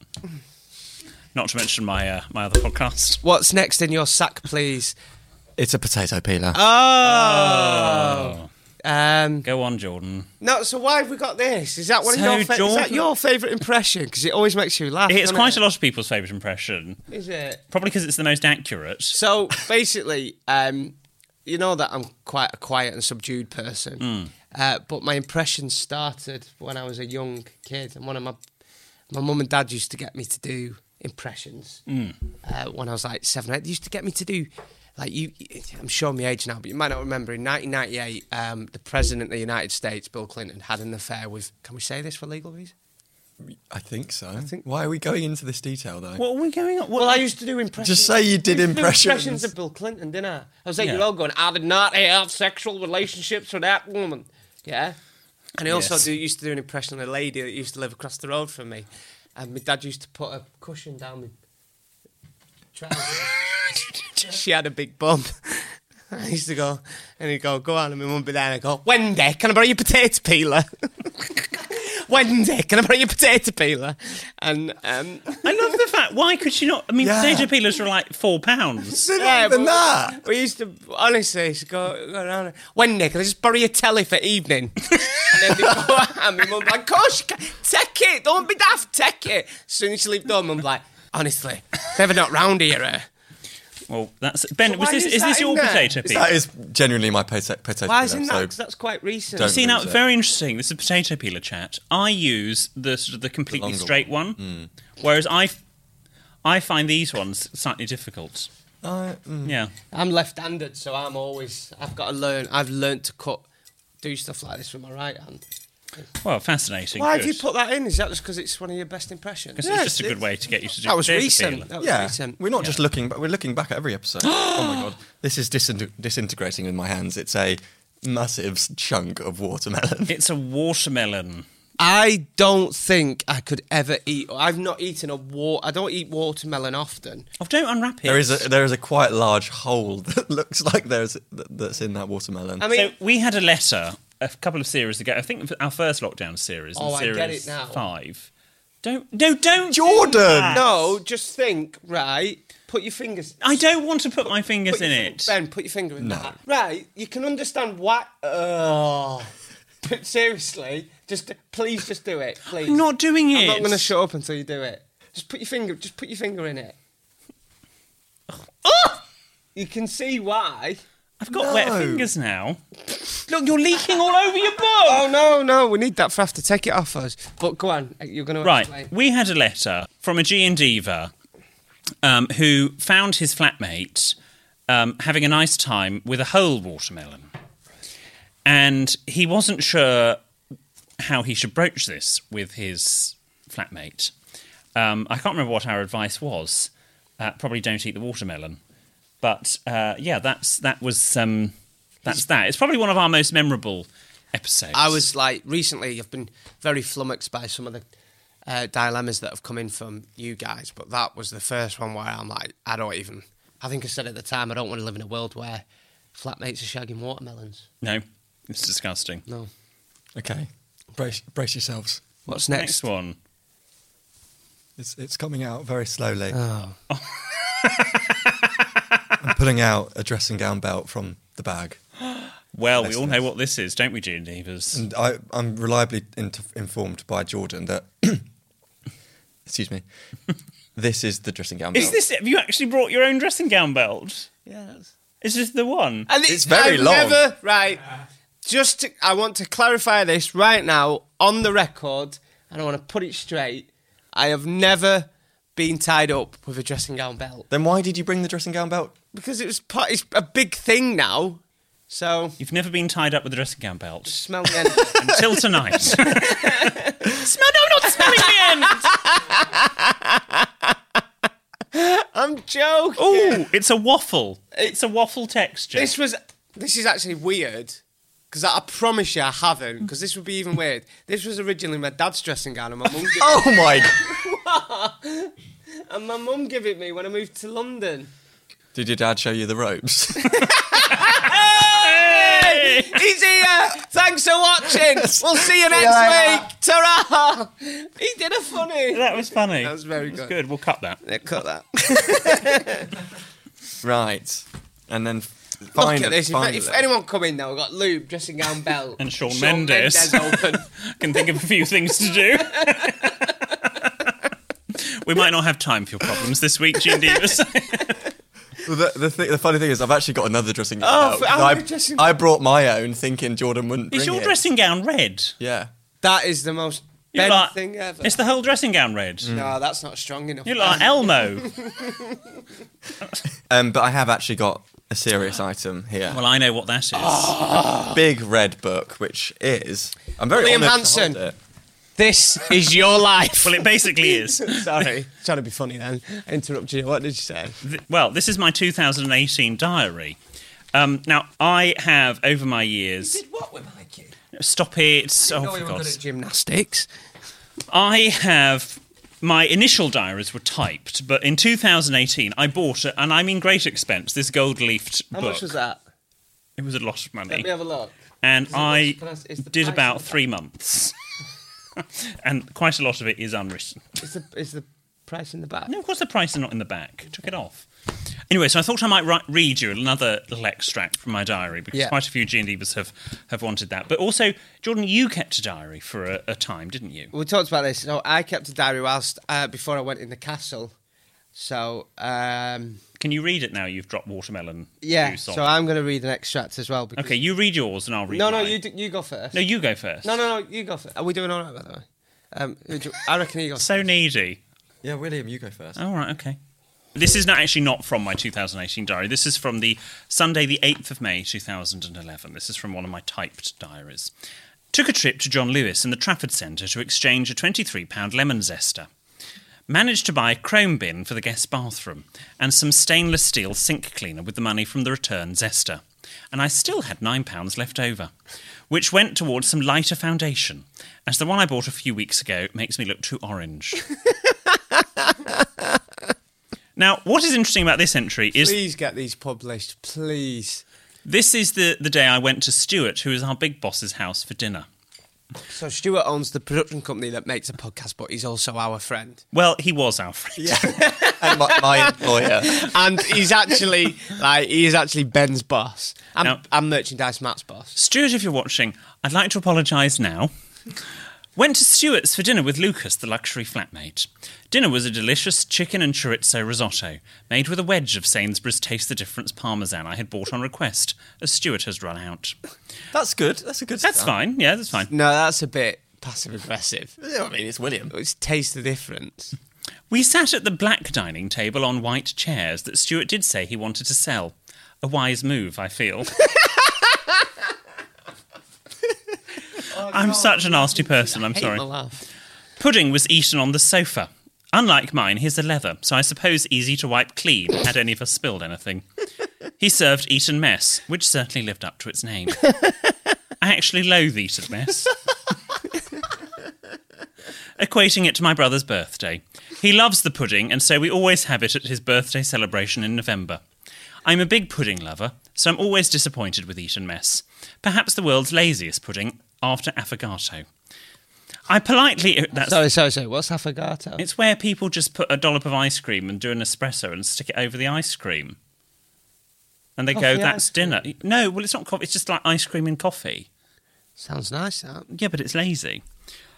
Speaker 3: Not to mention my uh, my other podcast.
Speaker 2: What's next in your sack, please?
Speaker 4: It's a potato peeler.
Speaker 3: Oh.
Speaker 2: Um,
Speaker 3: Go on, Jordan.
Speaker 2: no, so why have we got this? Is that one
Speaker 3: So,
Speaker 2: of your fa- is that
Speaker 3: Jordan-
Speaker 2: your favourite impression? Because it always makes you laugh.
Speaker 3: It's
Speaker 2: doesn't
Speaker 3: quite
Speaker 2: it?
Speaker 3: a lot of people's favourite impression,
Speaker 2: Is it?
Speaker 3: probably because it's the most accurate.
Speaker 2: So basically, um, you know that I'm quite a quiet and subdued person,
Speaker 3: Hmm.
Speaker 2: uh, but my impressions started when I was a young kid, and one of my my mum and dad used to get me to do impressions
Speaker 3: Hmm.
Speaker 2: uh, when I was like seven. Eight. They used to get me to do. Like you, I'm showing my age now, but you might not remember. In 1998, um, the president of the United States, Bill Clinton, had an affair with. Can we say this for legal reasons?
Speaker 4: I think so. I think. Why are we going into this detail though?
Speaker 3: What are we going on? What,
Speaker 2: Well, I used to do impressions.
Speaker 4: Just say you did
Speaker 2: I used to do
Speaker 4: impressions.
Speaker 2: Impressions of Bill Clinton, didn't I? I was eight
Speaker 3: Yeah.
Speaker 2: year old going, I did not have sexual relationships with that woman. Yeah. And I also
Speaker 3: Yes.
Speaker 2: do, used to do an impression of a lady that used to live across the road from me. And my dad used to put a cushion down my trousers. she had a big bum. I used to go, and he'd go, go on, and my mum would be there, and I'd go, Wendy, can I borrow your potato peeler? Wendy, can I borrow your potato peeler? And um,
Speaker 3: I love the fact. Why could she not? I mean,
Speaker 4: Yeah.
Speaker 3: potato peelers were like four pounds.
Speaker 2: Yeah,
Speaker 4: than
Speaker 2: but-
Speaker 4: that.
Speaker 2: We used to honestly used to go, go around. Wendy, can I just borrow your telly for evening? and then they go, and my mum like, gosh, take it, don't be daft, take it. As soon as she leave door, mum's like, honestly, never not round here. eh?
Speaker 3: Well, that's Ben.
Speaker 2: So
Speaker 3: was
Speaker 2: why
Speaker 3: this
Speaker 2: is
Speaker 3: is,
Speaker 2: that
Speaker 3: this
Speaker 2: in
Speaker 3: your
Speaker 2: there?
Speaker 3: potato peeler?
Speaker 4: That is genuinely my pota- potato
Speaker 2: Why
Speaker 4: peeler.
Speaker 2: isn't that?
Speaker 4: so-
Speaker 2: 'Cause that's quite recent.
Speaker 4: Don't-
Speaker 3: See now,
Speaker 4: Is it?
Speaker 3: very interesting. This is potato peeler chat. I use the sort of the completely
Speaker 4: longer
Speaker 3: straight one, whereas I, f- I find these ones slightly difficult.
Speaker 4: Uh, mm.
Speaker 3: Yeah,
Speaker 2: I'm left-handed, so I'm always. I've got to learn. I've learned to cut, do stuff like this with my right hand.
Speaker 3: well, fascinating.
Speaker 2: Why
Speaker 3: Good.
Speaker 2: have you put that in? Is that just because it's one of your best impressions?
Speaker 3: Because it's just a good way to get you to do
Speaker 2: That was
Speaker 3: potato
Speaker 2: recent.
Speaker 3: peeler.
Speaker 2: That was
Speaker 4: yeah,
Speaker 2: recent.
Speaker 4: we're not just looking, but we're looking back at every episode. oh my god, this is disinte- disintegrating in my hands. It's a massive s- chunk of watermelon.
Speaker 3: It's a watermelon.
Speaker 2: I don't think I could ever eat. I've not eaten a wa- I don't eat watermelon often.
Speaker 3: Oh, don't unwrap it.
Speaker 4: There is a there is a quite large hole that looks like there's th- that's in that watermelon.
Speaker 2: I mean,
Speaker 3: so we had a letter a couple of series ago. I think our first lockdown series. in
Speaker 2: Oh, I
Speaker 3: series
Speaker 2: get it now.
Speaker 3: Five. Don't no don't
Speaker 4: Jordan!
Speaker 3: do that.
Speaker 2: no, just think, right? Put your fingers.
Speaker 3: I don't want to put my fingers
Speaker 2: put your
Speaker 3: in
Speaker 2: fin-
Speaker 3: it.
Speaker 2: Ben, put your finger in that. Right, you can understand why. Oh, but seriously, just please, just do it, please.
Speaker 3: I'm not doing it.
Speaker 2: I'm not going to shut up until you do it. Just put your finger. Just put your finger in it.
Speaker 3: Oh!
Speaker 2: You can see why.
Speaker 3: I've got wet
Speaker 4: No.
Speaker 3: fingers now. Look, you're leaking all over your book.
Speaker 2: Oh no, no, we need that for after. Take it off us. But go on, you're going to
Speaker 3: Right. We had a letter from a G and Diva um, who found his flatmate um, having a nice time with a whole watermelon. And he wasn't sure how he should broach this with his flatmate. Um, I can't remember what our advice was. Uh, probably don't eat the watermelon. But uh, yeah, that's that was um, that's that. It's probably one of our most memorable episodes.
Speaker 2: I was like recently. I've been very flummoxed by some of the uh, dilemmas that have come in from you guys, but that was the first one where I'm like, I don't even. I think I said at the time, I don't want to live in a world where flatmates are shagging watermelons.
Speaker 3: no, it's disgusting.
Speaker 2: No.
Speaker 4: okay, brace brace yourselves.
Speaker 2: What's next?
Speaker 3: Next one.
Speaker 4: It's it's coming out very slowly.
Speaker 2: Oh.
Speaker 4: I'm pulling out a dressing gown belt from the bag.
Speaker 3: Well, we
Speaker 4: Next
Speaker 3: all
Speaker 4: one.
Speaker 3: know what this is, don't we, June
Speaker 2: Mm.
Speaker 3: Devers?
Speaker 4: And I, I'm reliably in- informed by Jordan that, excuse me, this is the dressing gown.
Speaker 3: Is
Speaker 4: belt.
Speaker 3: this it? Have you actually brought your own dressing gown belt?
Speaker 2: Yes.
Speaker 3: Is this the one?
Speaker 2: And
Speaker 4: It's very long.
Speaker 2: Never, right. just to, I want to clarify this right now on the record, and I want to put it straight. I have never been tied up with a dressing gown belt
Speaker 4: Then why did you bring the dressing gown belt?
Speaker 2: because it was part, it's a big thing now. So
Speaker 3: You've never been tied up with a dressing gown belt
Speaker 2: smell the end.
Speaker 3: until tonight. Smell? No, not smelling the end.
Speaker 2: I'm joking.
Speaker 3: Oh, it's a waffle. It's a waffle texture.
Speaker 2: This was this is actually weird because I, I promise you I haven't because this would be even weird. This was originally my dad's dressing gown and my mum gave,
Speaker 4: Oh my!
Speaker 2: and my mum gave it me when I moved to London.
Speaker 4: Did your dad show you the ropes?
Speaker 2: Hey! He's here. Thanks for watching. We'll see you next week. Ta-ra! He did a funny.
Speaker 3: that was funny. That
Speaker 2: was very good.
Speaker 3: We'll cut that.
Speaker 2: Yeah, Cut that.
Speaker 4: right, and then finally,
Speaker 2: Look at this. If,
Speaker 4: finally
Speaker 2: if anyone come in now, we've got Lube, dressing gown, belt,
Speaker 3: And Shawn Mendes.
Speaker 2: Mendes open.
Speaker 3: Can think of a few things to do. we might not have time for your problems this week, Gene Davis.
Speaker 4: Well, the, the, thi- the funny thing is, I've actually got another dressing gown.
Speaker 2: Oh,
Speaker 4: now,
Speaker 2: for-
Speaker 4: 'cause
Speaker 2: oh,
Speaker 4: I,
Speaker 2: your dressing-
Speaker 4: I brought my own, thinking Jordan wouldn't.
Speaker 3: Is
Speaker 4: bring
Speaker 3: your
Speaker 4: it.
Speaker 3: dressing gown red?
Speaker 4: Yeah.
Speaker 2: That is the most
Speaker 3: You're
Speaker 2: Ben
Speaker 3: like-
Speaker 2: thing ever. Mm.
Speaker 3: It's the whole dressing gown red.
Speaker 2: No, that's not strong enough.
Speaker 3: You're like Elmo.
Speaker 4: Um, but I have actually got a serious item here.
Speaker 3: well, I know what that is.
Speaker 4: Big red book, which is I'm very
Speaker 2: Liam
Speaker 4: honoured to hold
Speaker 2: Hansen.
Speaker 4: it.
Speaker 2: This is your life.
Speaker 3: Well, it basically is.
Speaker 2: Sorry, trying to be funny then. I interrupted you. What did you say?
Speaker 3: Th- well, this is my 2018 diary. Um, now, I have over my years.
Speaker 2: What with my kid?
Speaker 3: Stop it! Oh,
Speaker 2: No,
Speaker 3: for
Speaker 2: we were good
Speaker 3: God's
Speaker 2: at gymnastics.
Speaker 3: I have my initial diaries were typed, but in 2018 I bought it, and I mean great expense. This gold leafed
Speaker 2: How
Speaker 3: book.
Speaker 2: much was that?
Speaker 3: It was a lot of money,
Speaker 2: Let me have a look.
Speaker 3: and
Speaker 2: it-
Speaker 3: I
Speaker 2: can I- is the
Speaker 3: did
Speaker 2: price
Speaker 3: about
Speaker 2: of that?
Speaker 3: three months. and quite a lot of it is unwritten.
Speaker 2: Is the is the price in the back?
Speaker 3: No, of course the price is not in the back. Took it off. Anyway, so I thought I might ri- read you another little extract from my diary because
Speaker 2: Yeah.
Speaker 3: quite a few Gene Levers have, have wanted that. But also, Jordan, you kept a diary for a, a time, didn't you?
Speaker 2: We talked about this. So I kept a diary whilst uh, before I went in the castle. So um,
Speaker 3: Can you read it now? You've dropped watermelon.
Speaker 2: yeah.
Speaker 3: juice
Speaker 2: So
Speaker 3: on.
Speaker 2: I'm going to read an extract as well. Because
Speaker 3: Okay, you read yours and I'll read.
Speaker 2: No, no,
Speaker 3: mine.
Speaker 2: you do, you go first.
Speaker 3: No, you go first.
Speaker 2: no, no, no, you go first. Are we doing all right by the way? Um, who do- I reckon you go.
Speaker 3: So needy.
Speaker 4: Yeah, William, you go first.
Speaker 3: All Oh, right, okay. This is not actually not from my 2018 diary. This is from the Sunday, the 8th of May, 2011. This is from one of my typed diaries. Took a trip to John Lewis in the Trafford Centre to exchange a £23 lemon zester. Managed to buy a chrome bin for the guest bathroom and some stainless steel sink cleaner with the money from the return zester. And I still had £9 left over, which went towards some lighter foundation, as the one I bought a few weeks ago makes me look too orange. Now, what is interesting about this entry is
Speaker 2: Please get these published, please.
Speaker 3: this is the, the day I went to Stuart, who is our big boss's house, for dinner.
Speaker 2: So Stuart owns the production company that makes a podcast, but he's also our friend.
Speaker 3: Well, he was our friend.
Speaker 4: and my, my employer.
Speaker 2: and he's actually like he is actually Ben's boss. I'm,
Speaker 3: No.
Speaker 2: I'm merchandise Matt's boss.
Speaker 3: Stuart, if you're watching, I'd like to apologise now. Went to Stuart's for dinner with Lucas, the luxury flatmate. Dinner was a delicious chicken and chorizo risotto, made with a wedge of Sainsbury's Taste the Difference parmesan I had bought on request, as Stuart has run out.
Speaker 4: That's good. That's a good.
Speaker 3: That's
Speaker 4: start.
Speaker 3: fine, yeah, that's fine.
Speaker 2: No, that's a bit passive aggressive.
Speaker 4: Yeah, I mean, it's William.
Speaker 2: It's taste the difference.
Speaker 3: We sat at the black dining table on white chairs that Stuart did say he wanted to sell. A wise move, I feel. I'm such a nasty person, I'm
Speaker 2: Hate
Speaker 3: sorry.
Speaker 2: my laugh.
Speaker 3: Pudding was eaten on the sofa. Unlike mine, his a leather, so I suppose easy to wipe clean had any of us spilled anything. He served Eton Mess, which certainly lived up to its name. I actually loathe Eton Mess. Equating it to my brother's birthday. He loves the pudding, and so we always have it at his birthday celebration in November. I'm a big pudding lover, so I'm always disappointed with Eton Mess. Perhaps the world's laziest pudding after affogato. I politely. That's
Speaker 2: Sorry, sorry, sorry. What's affogato?
Speaker 3: it's where people just put a dollop of ice cream and do an espresso and stick it over the ice cream. And they go,
Speaker 2: Coffee
Speaker 3: that's
Speaker 2: ice cream.
Speaker 3: dinner. No, well, it's not coffee. It's just like ice cream and coffee.
Speaker 2: Sounds nice. That
Speaker 3: Yeah, but it's lazy.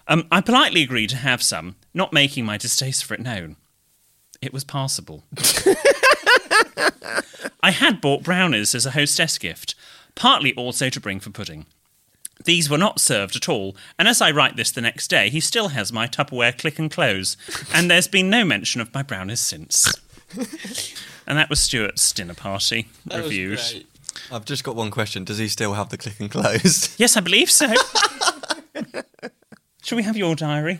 Speaker 3: Um, I politely agreed to have some, not making my distaste for it known. It was passable. I had bought brownies as a hostess gift, partly also to bring for pudding. These were not served at all, and as I write this the next day, he still has my Tupperware click and close, and there's been no mention of my brownies since. and that was Stuart's dinner party
Speaker 2: That was
Speaker 3: reviewed.
Speaker 2: great.
Speaker 4: I've just got one question. Does he still have the click and close?
Speaker 3: Yes, I believe so. Shall we have your diary?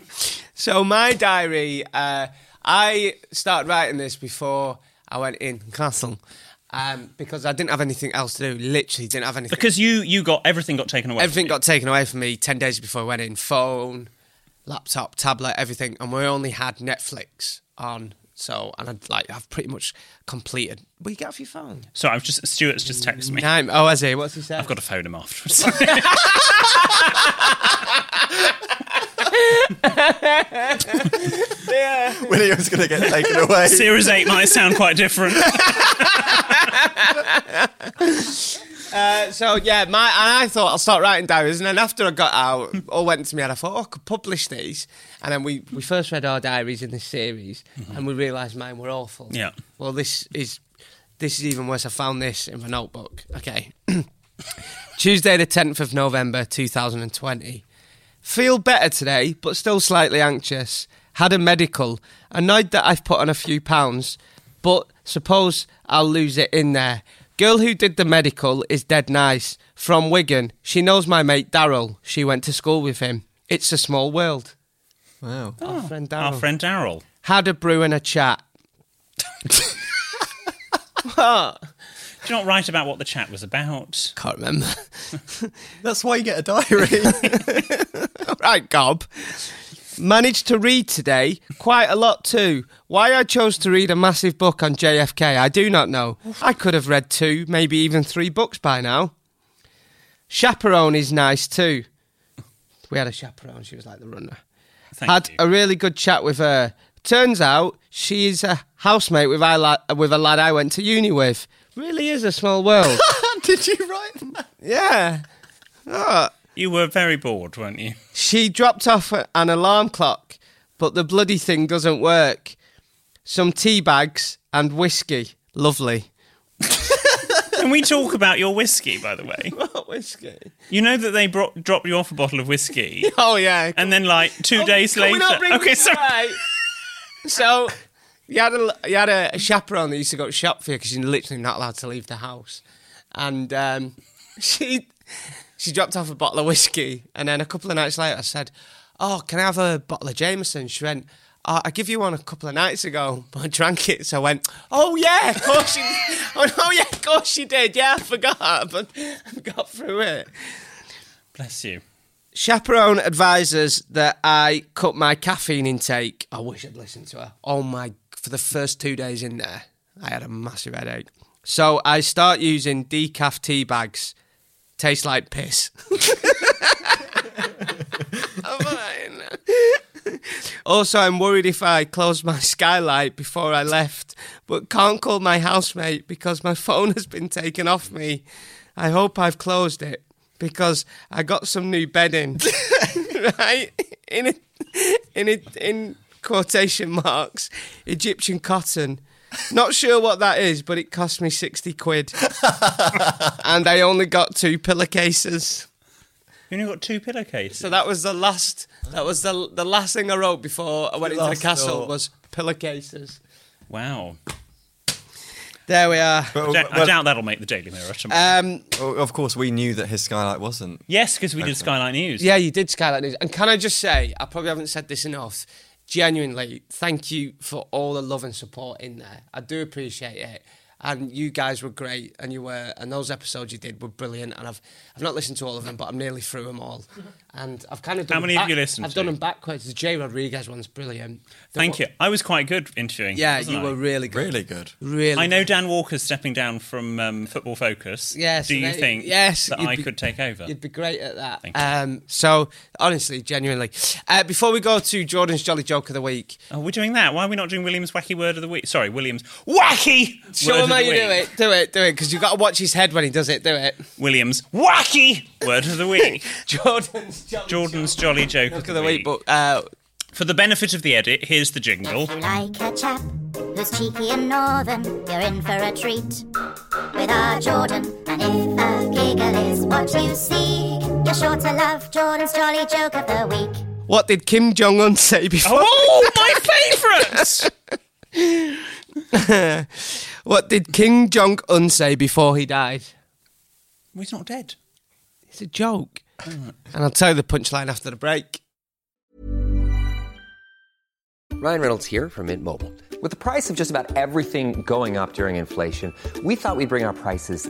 Speaker 2: So my diary, uh, I started writing this before I went in Castle um, because I didn't have anything else to do. Literally, didn't have anything.
Speaker 3: Because you you got everything got taken away. from
Speaker 2: everything
Speaker 3: you.
Speaker 2: got taken away from me 10 days before I went in phone, laptop, tablet, everything. And we only had Netflix on. So, and I'd like, I've pretty much completed. What you get off your phone?
Speaker 3: So I've just Stuart's just texted me.
Speaker 2: Time. Oh, has he? What's he saying?
Speaker 3: I've got to phone him afterwards.
Speaker 4: William's going to get taken away.
Speaker 3: Series eight might sound quite different.
Speaker 2: Uh, so yeah, my and I thought I'll start writing diaries, and then after I got out, all went to me, and I thought, oh, I could publish these. And then we, we first read our diaries in this series, and we realised mine were awful.
Speaker 3: Yeah.
Speaker 2: Well, this is this is even worse. I found this in my notebook. Okay. Tuesday, the tenth of November, two thousand and twenty. Feel better today, but still slightly anxious. Had a medical. Annoyed that I've put on a few pounds, but suppose I'll lose it in there. Girl who did the medical is dead nice. From Wigan. She knows my mate Daryl. She went to school with him. It's a small world.
Speaker 4: Wow.
Speaker 2: Our
Speaker 3: Oh.
Speaker 2: friend Daryl.
Speaker 3: Our friend Daryl.
Speaker 2: Had a brew and a chat.
Speaker 3: Do you not write about what the chat was about?
Speaker 2: Can't remember.
Speaker 4: That's why you get a diary.
Speaker 2: right, Gob. Managed to read today quite a lot too. Why I chose to read a massive book on JFK, I do not know. I could have read two, maybe even three books by now. Chaperone is nice too. We had a chaperone, she was like the runner.
Speaker 3: Thank
Speaker 2: had
Speaker 3: you.
Speaker 2: a really good chat with her. Turns out she is a housemate with, I la- with a lad I went to uni with. Really is a small world.
Speaker 4: Did you write that?
Speaker 2: yeah.
Speaker 3: You were very bored, weren't you?
Speaker 2: She dropped off a- an alarm clock, but the bloody thing doesn't work. Some tea bags and whiskey. Lovely.
Speaker 3: Can we talk about your whiskey, by the way?
Speaker 2: What whiskey?
Speaker 3: You know that they brought, dropped you off a bottle of whiskey,
Speaker 2: Oh yeah.
Speaker 3: and then like two days
Speaker 2: Oh, Can
Speaker 3: later.
Speaker 2: we not bring
Speaker 3: okay,
Speaker 2: this
Speaker 3: so
Speaker 2: back? so you had a you had a, chaperone that used to go to shop for you because you're literally not allowed to leave the house, and um, she she dropped off a bottle of whiskey, and then a couple of nights later I said, "Oh, can I have a bottle of Jameson?" She went. "Uh, I give you one a couple of nights ago, but I drank it, so I went, oh yeah, of course you oh, no, yeah, of course you did, yeah, I forgot, but I got through it.
Speaker 3: bless you.
Speaker 2: Chaperone advises that I cut my caffeine intake. I wish I'd listened to her. Oh my, for the first two days in there, I had a massive headache. So I start using decaf tea bags. Tastes like piss. I'm fine. also, I'm worried if I close my skylight before I left, but can't call my housemate because my phone has been taken off me. I hope I've closed it because I got some new bedding, right? In a, in a, in quotation marks, Egyptian cotton. Not sure what that is, but it cost me sixty quid, and I only got two pillowcases.
Speaker 3: You only got two pillowcases.
Speaker 2: So that was the last. That was the the last thing I wrote before I went into the
Speaker 4: Last
Speaker 2: castle
Speaker 4: thought.
Speaker 2: was pillowcases.
Speaker 3: wow.
Speaker 2: There we are.
Speaker 4: Well,
Speaker 3: I doubt- I
Speaker 4: well,
Speaker 3: doubt that'll make the Daily Mirror tomorrow.
Speaker 2: Um,
Speaker 4: well, of course, we knew that his skylight wasn't.
Speaker 3: yes, because we did Skyline News.
Speaker 2: yeah, you did Skylight News, and can I just say, I probably haven't said this enough. Genuinely, thank you for all the love and support in there. I do appreciate it, and you guys were great, and you were, and those episodes you did were brilliant. And I've I've not listened to all of them, but I'm nearly through them all. And I've kind of done
Speaker 3: How many
Speaker 2: them
Speaker 3: have you
Speaker 2: back-
Speaker 3: listened
Speaker 2: I've
Speaker 3: to?
Speaker 2: done them backwards. The J Rodriguez one's brilliant. The
Speaker 3: Thank
Speaker 2: one-
Speaker 3: you. I was quite good interviewing.
Speaker 2: Yeah,
Speaker 3: wasn't
Speaker 2: you
Speaker 3: I?
Speaker 2: were really good.
Speaker 4: Really good.
Speaker 2: Really,
Speaker 3: I know Dan Walker's stepping down from um, Football Focus.
Speaker 2: Yes,
Speaker 3: Do you
Speaker 2: they-
Speaker 3: think
Speaker 2: yes,
Speaker 3: that
Speaker 2: you'd
Speaker 3: I
Speaker 2: be-
Speaker 3: could take over?
Speaker 2: You'd be great at that.
Speaker 3: Thank you.
Speaker 2: Um, so, honestly, genuinely. Uh, before we go to Jordan's Jolly Joke of the Week,
Speaker 3: Oh, we're doing that. Why are we not doing William's wacky word of the week? Sorry, William's wacky.
Speaker 2: show
Speaker 3: word
Speaker 2: him
Speaker 3: of
Speaker 2: how
Speaker 3: the
Speaker 2: you
Speaker 3: week.
Speaker 2: do it. Do it, do it, because you've got to watch his head when he does it. Do it.
Speaker 3: Williams wacky word of the week.
Speaker 2: Jordan's Jolly
Speaker 3: Jordan's jolly joke of the,
Speaker 2: Joke of the Week,
Speaker 3: week.
Speaker 2: but uh,
Speaker 3: For the benefit of the edit, here's the jingle.
Speaker 5: You like a chap who's cheeky and northern, you're in for a treat with our Jordan. And if a giggle is what you seek, You're sure to love Jordan's jolly joke of the week.
Speaker 2: What did Kim Jong Un say before?
Speaker 3: Oh, my favourite! Oh!
Speaker 2: What did Kim Jong Un say before he died?
Speaker 3: Well, He's not dead.
Speaker 2: It's a joke. And I'll tell you the punchline after the break.
Speaker 6: Ryan Reynolds here from Mint Mobile. With the price of just about everything going up during inflation, we thought we'd bring our prices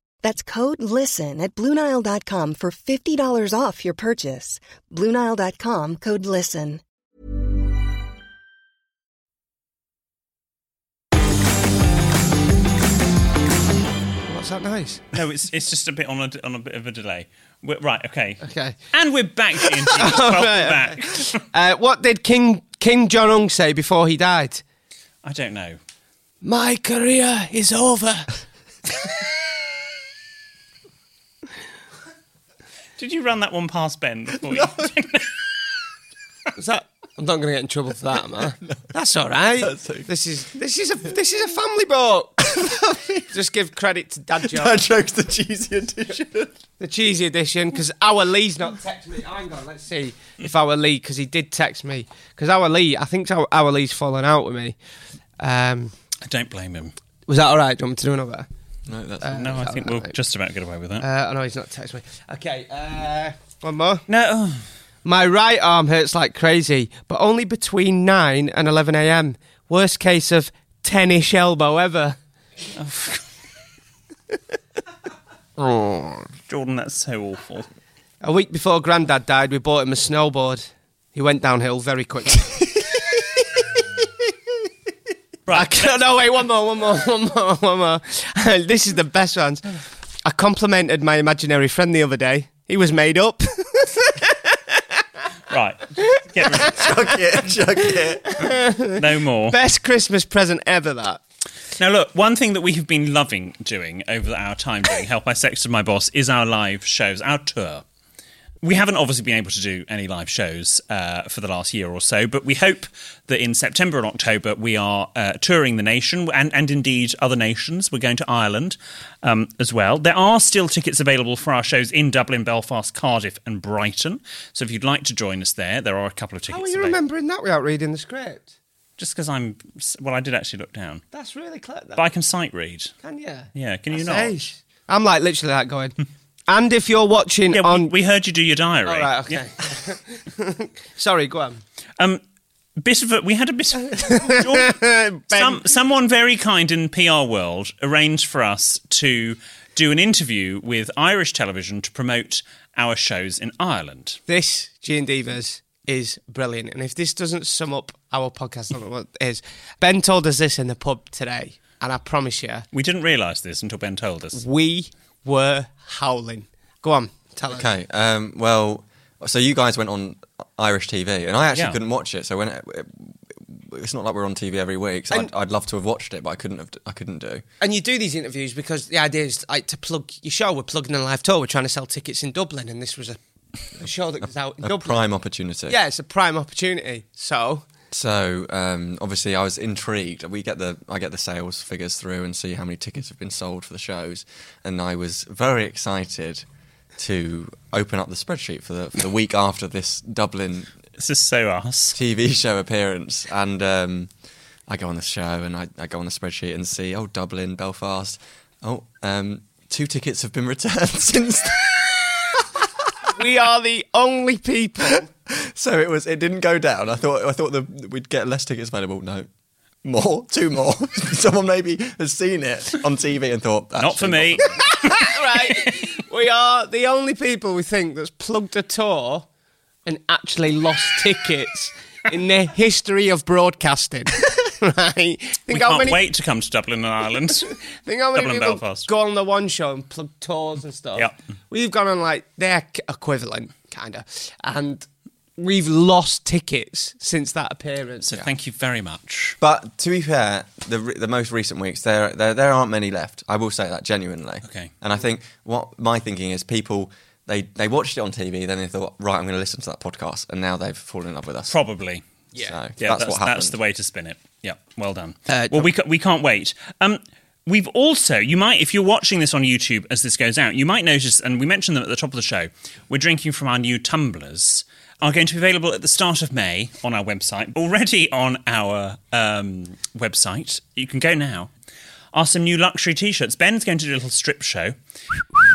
Speaker 1: That's code LISTEN at Bluenile.com for $50 off your purchase. Bluenile.com code LISTEN.
Speaker 2: What's that noise?
Speaker 3: No, it's it's just a bit on a on a bit of a delay. We're, right, okay,
Speaker 2: Okay.
Speaker 3: and we're back. G&G. Welcome back.
Speaker 2: Uh, what did King King Jong Un say before he died?
Speaker 3: I don't know.
Speaker 2: My career is over.
Speaker 3: Did you run that one past Ben? Before you-
Speaker 2: Is that? I'm not going to get in trouble for that, man. That's all right.
Speaker 4: okay.
Speaker 2: This is this is a this is a family book. Just give credit to Dad Joe,
Speaker 4: That joke's the cheesy edition.
Speaker 2: the cheesy edition, because our Lee's not texted me. Hang on, let's see if our Lee, because he did text me, because our Lee, I think our, our Lee's fallen out with me. Um,
Speaker 3: I don't blame him.
Speaker 2: was that all right? Do you want me to do another?
Speaker 4: No, that's
Speaker 3: No, I think we'll just about get away with that.
Speaker 2: Uh, oh no, he's not texting me. Okay, uh, one more.
Speaker 3: no, oh,
Speaker 2: My right arm hurts like crazy, but only between 9 and 11 a.m. Worst case of 10 ish elbow ever.
Speaker 3: Jordan, that's so awful.
Speaker 2: A week before Grandad died, we bought him a snowboard. He went downhill very quickly. I
Speaker 3: Right,
Speaker 2: can't, no, wait, one more, one more, one more, one more. this is the best one. I complimented my imaginary friend the other day. He was made up.
Speaker 3: right. Get rid of
Speaker 4: chuck it, chuck it.
Speaker 3: it. No more.
Speaker 2: best Christmas present ever, that.
Speaker 3: Now, look, one thing that we have been loving doing over our time doing Help I Sexted My Boss is our live shows, our tour. We haven't obviously been able to do any live shows uh, for the last year or so, but we hope that in September and October we are uh, touring the nation and, and indeed other nations. We're going to Ireland um, as well. There are still tickets available for our shows in Dublin, Belfast, Cardiff, and Brighton. So if you'd like to join us there, there are a couple of tickets.
Speaker 2: How are you
Speaker 3: available.
Speaker 2: remembering that without reading the script?
Speaker 3: Just because I'm, well, I did actually look down,
Speaker 2: That's really clever.
Speaker 3: but I can sight read.
Speaker 2: Can you?
Speaker 3: Yeah, can you
Speaker 2: That's
Speaker 3: not?
Speaker 2: ace. I'm like literally like going. and if you're watching
Speaker 3: Yeah,
Speaker 2: on,
Speaker 3: we, we heard you do your diary.
Speaker 2: all right, okay.
Speaker 3: Yeah.
Speaker 2: Sorry, go on.
Speaker 3: Um, bit of a, we had a bit. Of, some, someone very kind in PR world arranged for us to do an interview with Irish television to promote our shows in Ireland.
Speaker 2: This G and Divas is brilliant, and if this doesn't sum up our podcast, I don't know what it is. Ben told us this in the pub today, and I promise you,
Speaker 3: We didn't realise this until Ben told us.
Speaker 2: we were howling. Go on, tell us.
Speaker 4: Okay. Um, well, so you guys went on Irish TV, and I actually
Speaker 3: Yeah.
Speaker 4: couldn't watch it. So when it, it's not like we're on TV every week. So I'd, I'd love to have watched it, but I couldn't have. I couldn't do.
Speaker 2: And you do these interviews because the idea is like to plug your show. We're plugging a live tour. We're trying to sell tickets in Dublin, and this was a, a show that was out in
Speaker 4: A
Speaker 2: Dublin.
Speaker 4: prime opportunity.
Speaker 2: Yeah, it's a prime opportunity. So
Speaker 4: So um, obviously, I was intrigued. We get the I get the sales figures through and see how many tickets have been sold for the shows, and I was very excited to open up the spreadsheet for the, for the week after this Dublin
Speaker 3: This is so ass.
Speaker 4: TV show appearance, and um, I go on the show and I, I go on the spreadsheet and see, oh, Dublin, Belfast, oh, um, two tickets have been returned since.
Speaker 2: we are the only people.
Speaker 4: so it was, it didn't go down. I thought, I thought the, we'd get less tickets available. No, more, two more. Someone maybe has seen it on TV and thought,
Speaker 3: Not for
Speaker 4: "Actually,
Speaker 3: me.
Speaker 2: right? We are the only people we think that's plugged a tour and actually lost tickets in the history of broadcasting. right? Think
Speaker 3: we can't wait to come to Dublin and Ireland.
Speaker 2: Think how many
Speaker 3: Dublin and
Speaker 2: people
Speaker 3: Belfast.
Speaker 2: go on the one show and plug tours and stuff.
Speaker 3: Yep.
Speaker 2: We've gone on like their k- equivalent, kind of, and we've lost tickets since that appearance.
Speaker 3: So thank you very much.
Speaker 4: But to be fair, the re- the most recent weeks there there there aren't many left. I will say that genuinely.
Speaker 3: Okay.
Speaker 4: And I think what my thinking is, people they they watched it on TV, then they thought, right, I'm going to listen to that podcast, and now they've fallen in love with us.
Speaker 3: Probably.
Speaker 4: Yeah. So
Speaker 3: Yeah,
Speaker 4: that's,
Speaker 3: that's,
Speaker 4: what happened.
Speaker 3: that's the way to spin it. Yeah, well done. well, we, ca- we can't wait. Um, we've also, you might, if you're watching this on YouTube as this goes out, you might notice, and we mentioned them at the top of the show, we're drinking from our new tumblers. Are going to be available at the start of May on our website. Already on our um, website, you can go now. Are some new luxury T-shirts. Ben's going to do a little strip show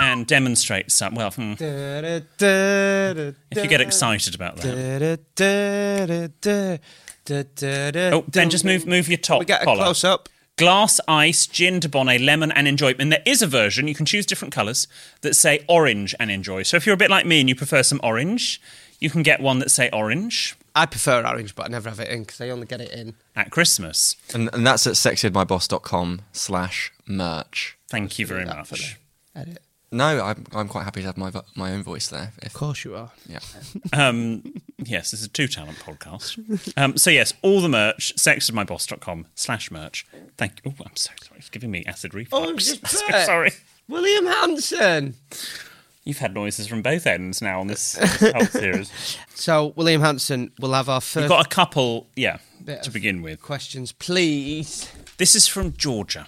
Speaker 3: and demonstrate some. Well, hmm, if you get excited about that, Oh, Ben, just move move your top
Speaker 2: We get a
Speaker 3: collar.
Speaker 2: close up.
Speaker 3: Glass, ice, gin, Dubonnet, lemon, and enjoy. And there is a version you can choose different colours that say orange and enjoy. So if you're a bit like me and you prefer some orange, you can get one that say orange
Speaker 2: I prefer orange, but I never have it in because I only get it in.
Speaker 3: at Christmas.
Speaker 4: and, and that's at sexyedmyboss.com slash merch.
Speaker 3: Thank you very much.
Speaker 2: Edit.
Speaker 4: No, I'm, I'm quite happy to have my vo- my own voice there. If,
Speaker 2: Of course you are.
Speaker 4: yeah.
Speaker 3: Yes, this is a two talent podcast. Um, so yes, all the merch, sexedmyboss.com slash merch. Thank you. Oh, I'm so sorry. It's giving me acid reflux.
Speaker 2: Oh, just
Speaker 3: so
Speaker 2: that.
Speaker 3: sorry.
Speaker 2: William Hanson.
Speaker 3: You've had noises from both ends now on this whole series.
Speaker 2: So William Hanson will have our 1st
Speaker 3: We've got a couple, yeah,
Speaker 2: Bit
Speaker 3: to
Speaker 2: of-
Speaker 3: begin with.
Speaker 2: questions, please.
Speaker 3: This is from Georgia.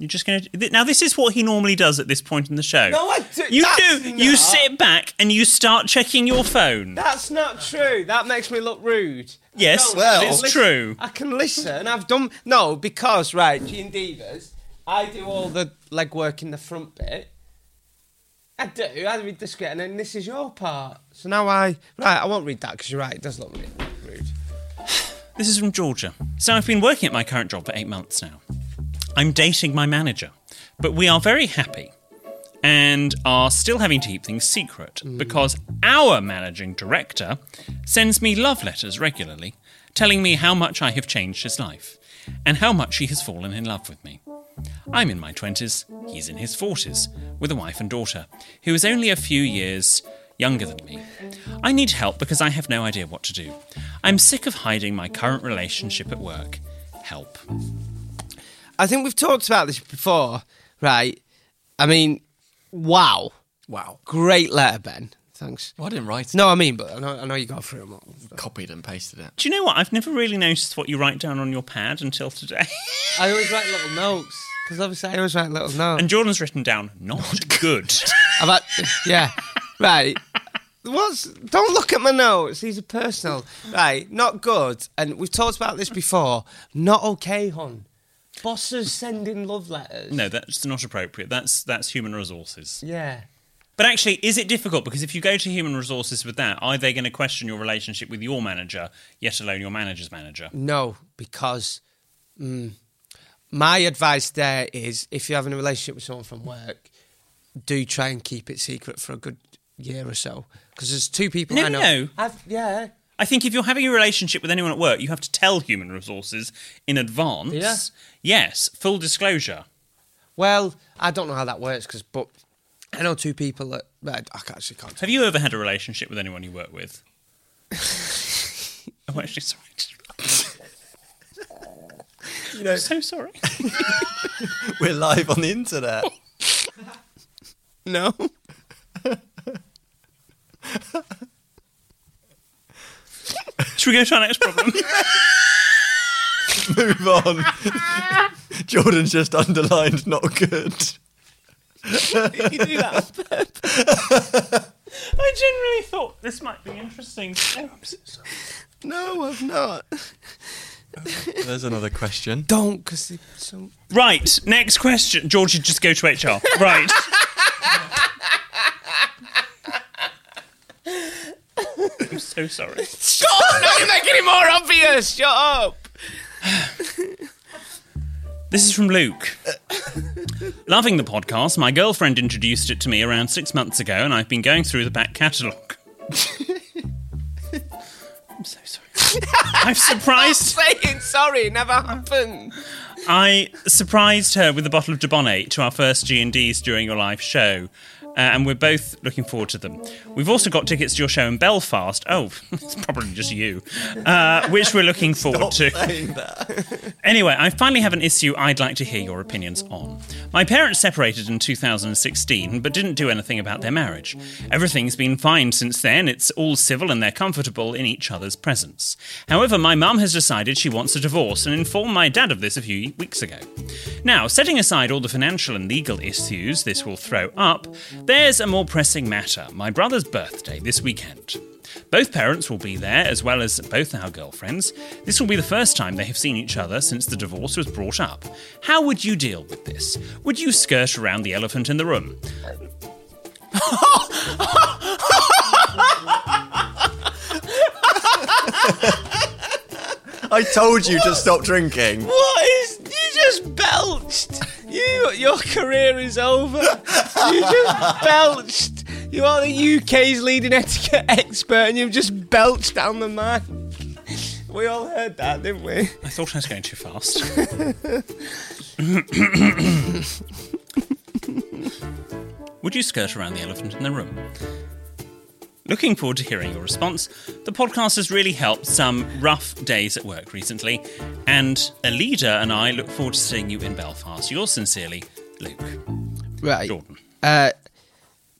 Speaker 3: You're just going to now. This is what he normally does at this point in the show.
Speaker 2: No, I do-
Speaker 3: You
Speaker 2: that's
Speaker 3: do. You
Speaker 2: not-
Speaker 3: sit back and you start checking your phone.
Speaker 2: That's not true. That makes me look rude.
Speaker 3: Yes,
Speaker 2: No, I can
Speaker 3: it's
Speaker 2: listen-
Speaker 3: true.
Speaker 2: I can listen. I've done no because right, Gene Divas. I do all the legwork in the front bit. I do. I read the script, and then this is your part. So now I right. I won't read that because you're right. It does look a bit rude.
Speaker 3: This is from Georgia. So I've been working at my current job for eight months now. I'm dating my manager, but we are very happy and are still having to keep things secret because our managing director sends me love letters regularly telling me how much I have changed his life and how much he has fallen in love with me. I'm in my 20s, he's in his 40s, with a wife and daughter, who is only a few years younger than me. I need help because I have no idea what to do. I'm sick of hiding my current relationship at work. Help.
Speaker 2: I think we've talked about this before, right? I mean, wow,
Speaker 4: Wow.
Speaker 2: great letter, Ben. Thanks.
Speaker 4: Well, I didn't write it.
Speaker 2: No, I mean, but I know, I know you got through them all.
Speaker 4: Copied and pasted it.
Speaker 3: Do you know what? I've never really noticed what you write down on your pad until today.
Speaker 2: I always write little notes because obviously I always write little notes.
Speaker 3: and Jordan's written down, not good.
Speaker 2: I've had, yeah, right. What's, don't look at my notes. These are personal. Right, not good. And we've talked about this before. Not okay, hon. Bosses sending love letters.
Speaker 3: no, that's not appropriate. That's that's human resources.
Speaker 2: Yeah.
Speaker 3: But actually, is it difficult? Because if you go to human resources with that, are they going to question your relationship with your manager, yet alone your manager's manager?
Speaker 2: No, because mm, my advice there is if you're having a relationship with someone from work, do try and keep it secret for a good year or so. Because there's two people
Speaker 3: No,
Speaker 2: I know.
Speaker 3: no.
Speaker 2: I've, yeah.
Speaker 3: I think if you're having a relationship with anyone at work, you have to tell human resources in advance.
Speaker 2: Yeah.
Speaker 3: Yes, full disclosure.
Speaker 2: Well, I don't know how that works, because, but I know two people that, that I actually can't.
Speaker 3: Have you ever had a relationship with anyone you work with? oh, actually, sorry. You know, so sorry.
Speaker 4: We're live on the internet.
Speaker 2: No.
Speaker 3: Should we go to our next problem?
Speaker 4: Move on. Jordan's just underlined not good.
Speaker 3: you do that on purpose. I generally thought this might be interesting. Oh, I'm so sorry.
Speaker 2: No, I've not.
Speaker 4: There's another question.
Speaker 2: Don't, because some.
Speaker 3: Right, next question. George, you just go to HR. Right. I'm so sorry.
Speaker 2: Shut up! Now you're making it more obvious. Shut up.
Speaker 3: This is from Luke. Loving the podcast. My girlfriend introduced it to me around six months ago, and I've been going through the back catalogue. I'm so sorry. I'm surprised.
Speaker 2: saying sorry. Never happened.
Speaker 3: I surprised her with a bottle of Dubonnet to our first G and D's during your live show, uh, and we're both looking forward to them. We've also got tickets to your show in Belfast. Oh, it's probably just you, uh, which we're looking forward to. Anyway, I finally have an issue I'd like to hear your opinions on. My parents separated in 2016, but didn't do anything about their marriage. Everything's been fine since then, it's all civil and they're comfortable in each other's presence. However, my mum has decided she wants a divorce and informed my dad of this a few weeks ago. Now, setting aside all the financial and legal issues this will throw up, there's a more pressing matter my brother's birthday this weekend. Both parents will be there, as well as both our girlfriends. This will be the first time they have seen each other since the divorce was brought up. How would you deal with this? Would you skirt around the elephant in the room?
Speaker 4: I told you to stop drinking.
Speaker 2: What is? You just belched. You, your career is over. You just belched. You are the UK's leading etiquette expert, and you've just belched down the mic. We all heard that, didn't we?
Speaker 3: I thought I was going too fast. Would you skirt around the elephant in the room? Looking forward to hearing your response. The podcast has really helped some rough days at work recently, and Alida and I look forward to seeing you in Belfast. Yours sincerely, Luke.
Speaker 2: Right,
Speaker 3: Jordan.
Speaker 2: Uh,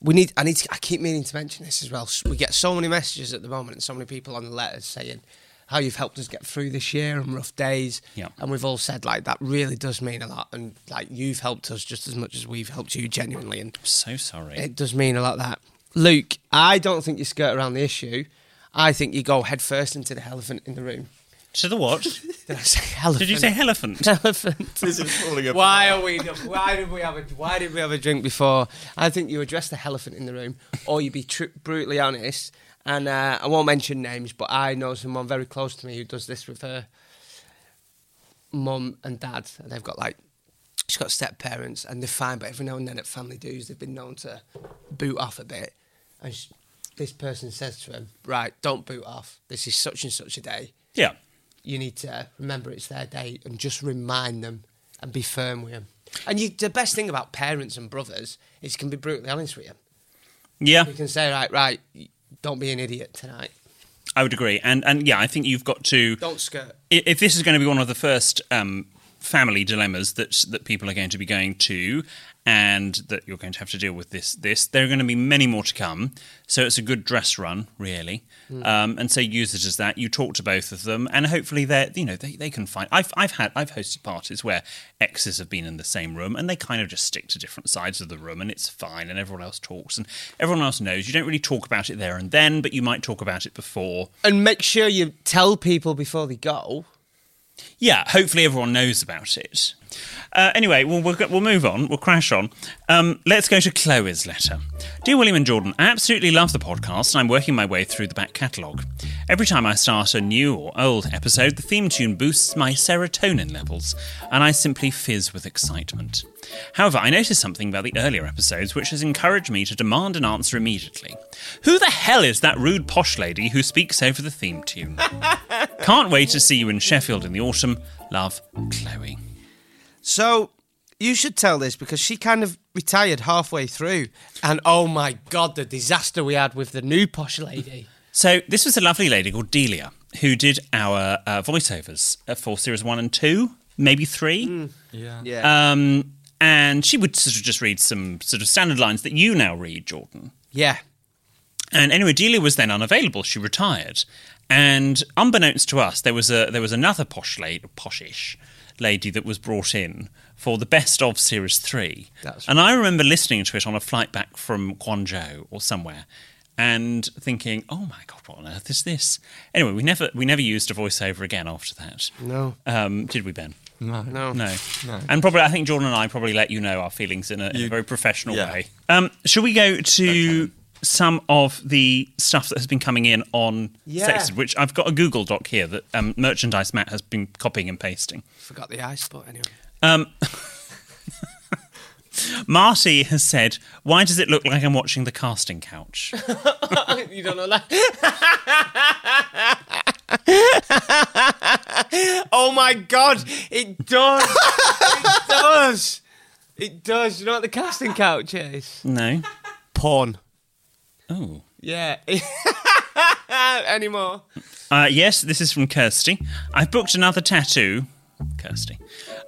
Speaker 2: we need. I need. To, I keep meaning to mention this as well. We get so many messages at the moment, and so many people on the letters saying how you've helped us get through this year and rough days.
Speaker 3: Yeah.
Speaker 2: And we've all said like that really does mean a lot, and like you've helped us just as much as we've helped you genuinely, and
Speaker 3: So sorry.
Speaker 2: it does mean a lot that Luke. I don't think you skirt around the issue. I think you go headfirst into the elephant in the room.
Speaker 3: to the what?
Speaker 2: Did I say elephant?
Speaker 3: Did you say elephant?
Speaker 2: elephant?
Speaker 4: This is falling apart.
Speaker 2: Why are we? Why did we have a? Why did we have a drink before? I think you address the elephant in the room, or you be tr- brutally honest. And uh, I won't mention names, but I know someone very close to me who does this with her mum and dad, and they've got like she's got step parents, and they're fine. But every now and then at family dues, they've been known to boot off a bit. And sh this person says to him, "Right, don't boot off. This is such and such a day."
Speaker 3: Yeah.
Speaker 2: you need to remember it's their day and just remind them and be firm with them. And you, the best thing about parents and brothers is you can be brutally honest with them.
Speaker 3: Yeah.
Speaker 2: You can say, right, right, don't be an idiot tonight.
Speaker 3: I would agree, and and yeah, I think you've got to.
Speaker 2: Don't skirt.
Speaker 3: i- If this is going to be one of the first um, family dilemmas that that people are going to be going to, and that you're going to have to deal with this this, there are going to be many more to come. So it's a good dress run, really, um, and so use it as that. You talk to both of them, and hopefully they're you know they, they can find. I've I've had I've hosted parties where exes have been in the same room, and they kind of just stick to different sides of the room, and it's fine, and everyone else talks, and everyone else knows. You don't really talk about it there and then, but you might talk about it before.
Speaker 2: And make sure you tell people before they go.
Speaker 3: yeah, hopefully everyone knows about it. Uh, anyway, we'll, we'll, go- we'll move on. We'll crash on. Um, let's go to Chloe's letter. Dear William and Jordan, I absolutely love the podcast and I'm working my way through the back catalogue. Every time I start a new or old episode, the theme tune boosts my serotonin levels and I simply fizz with excitement. However, I noticed something about the earlier episodes which has encouraged me to demand an answer immediately. Who the hell is that rude posh lady who speaks over the theme tune? Can't wait to see you in Sheffield in the autumn. Love, Chloe.
Speaker 2: So you should tell this because she kind of retired halfway through. And oh my God, the disaster we had with the new posh lady.
Speaker 3: So, this was a lovely lady called Delia who did our uh, voiceovers uh, for series one and two, maybe three.
Speaker 2: Yeah.
Speaker 3: Um, and she would sort of just read some sort of standard lines that you now read, Jordan.
Speaker 2: yeah.
Speaker 3: And anyway, Delia was then unavailable. She retired, and unbeknownst to us, there was a there was another posh lady, poshish lady that was brought in for the best of series three.
Speaker 2: That's
Speaker 3: And I remember listening to it on a flight back from Guangzhou or somewhere and thinking, oh my God, what on earth is this? Anyway, we never, we never used a voiceover again after that.
Speaker 2: No.
Speaker 3: Um, did we, Ben?
Speaker 4: No.
Speaker 2: No.
Speaker 3: No.
Speaker 4: No.
Speaker 3: And probably, I think Jordan and I probably let you know our feelings in a, in a very professional
Speaker 4: yeah.
Speaker 3: way. Um, should we go to some of the stuff that has been coming in on
Speaker 2: Yeah.
Speaker 3: Sexted, which I've got a Google Doc here that um, Merchandise Matt has been copying and pasting.
Speaker 2: Forgot the ice, but anyway.
Speaker 3: Um, Marty has said, Why does it look like I'm watching the casting couch?
Speaker 2: you don't know that. oh my god, it does. it does. It does. You know what the casting couch is?
Speaker 3: no.
Speaker 2: Porn.
Speaker 3: Oh.
Speaker 2: Yeah. Anymore.
Speaker 3: Uh, yes, this is from Kirsty. I've booked another tattoo. Kirsty.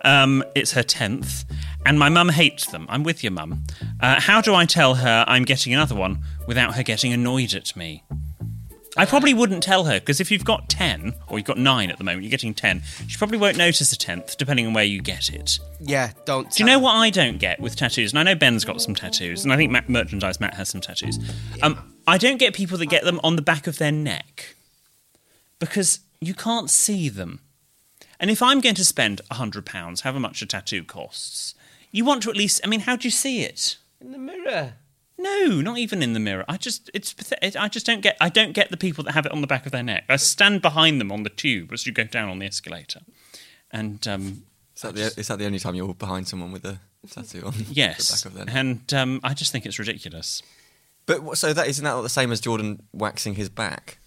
Speaker 3: Um, it's her 10th, and my mum hates them. I'm with your mum. Uh, how do I tell her I'm getting another one without her getting annoyed at me? I probably wouldn't tell her because if you've got 10, or you've got 9 at the moment, you're getting 10, she probably won't notice a 10th, depending on where you get it.
Speaker 2: Yeah, don't.
Speaker 3: Do you know what I don't get with tattoos? And I know Ben's got some tattoos, and I think Matt, merchandise Matt has some tattoos. Um, I don't get people that get them on the back of their neck because you can't see them. And if I'm going to spend hundred pounds, however much a tattoo costs, you want to at least. I mean, how do you see it?
Speaker 2: In the mirror.
Speaker 3: No, not even in the mirror. I just it's pathetic. I just don't get. I don't get the people that have it on the back of their neck. I stand behind them on the tube as you go down on the escalator, and um,
Speaker 4: Is that, the, is that the only time you're behind someone with a tattoo on
Speaker 3: yes,
Speaker 4: the back of their neck?
Speaker 3: and um, I just think it's ridiculous.
Speaker 4: But what- so that isn't that the same as Jordan waxing his back?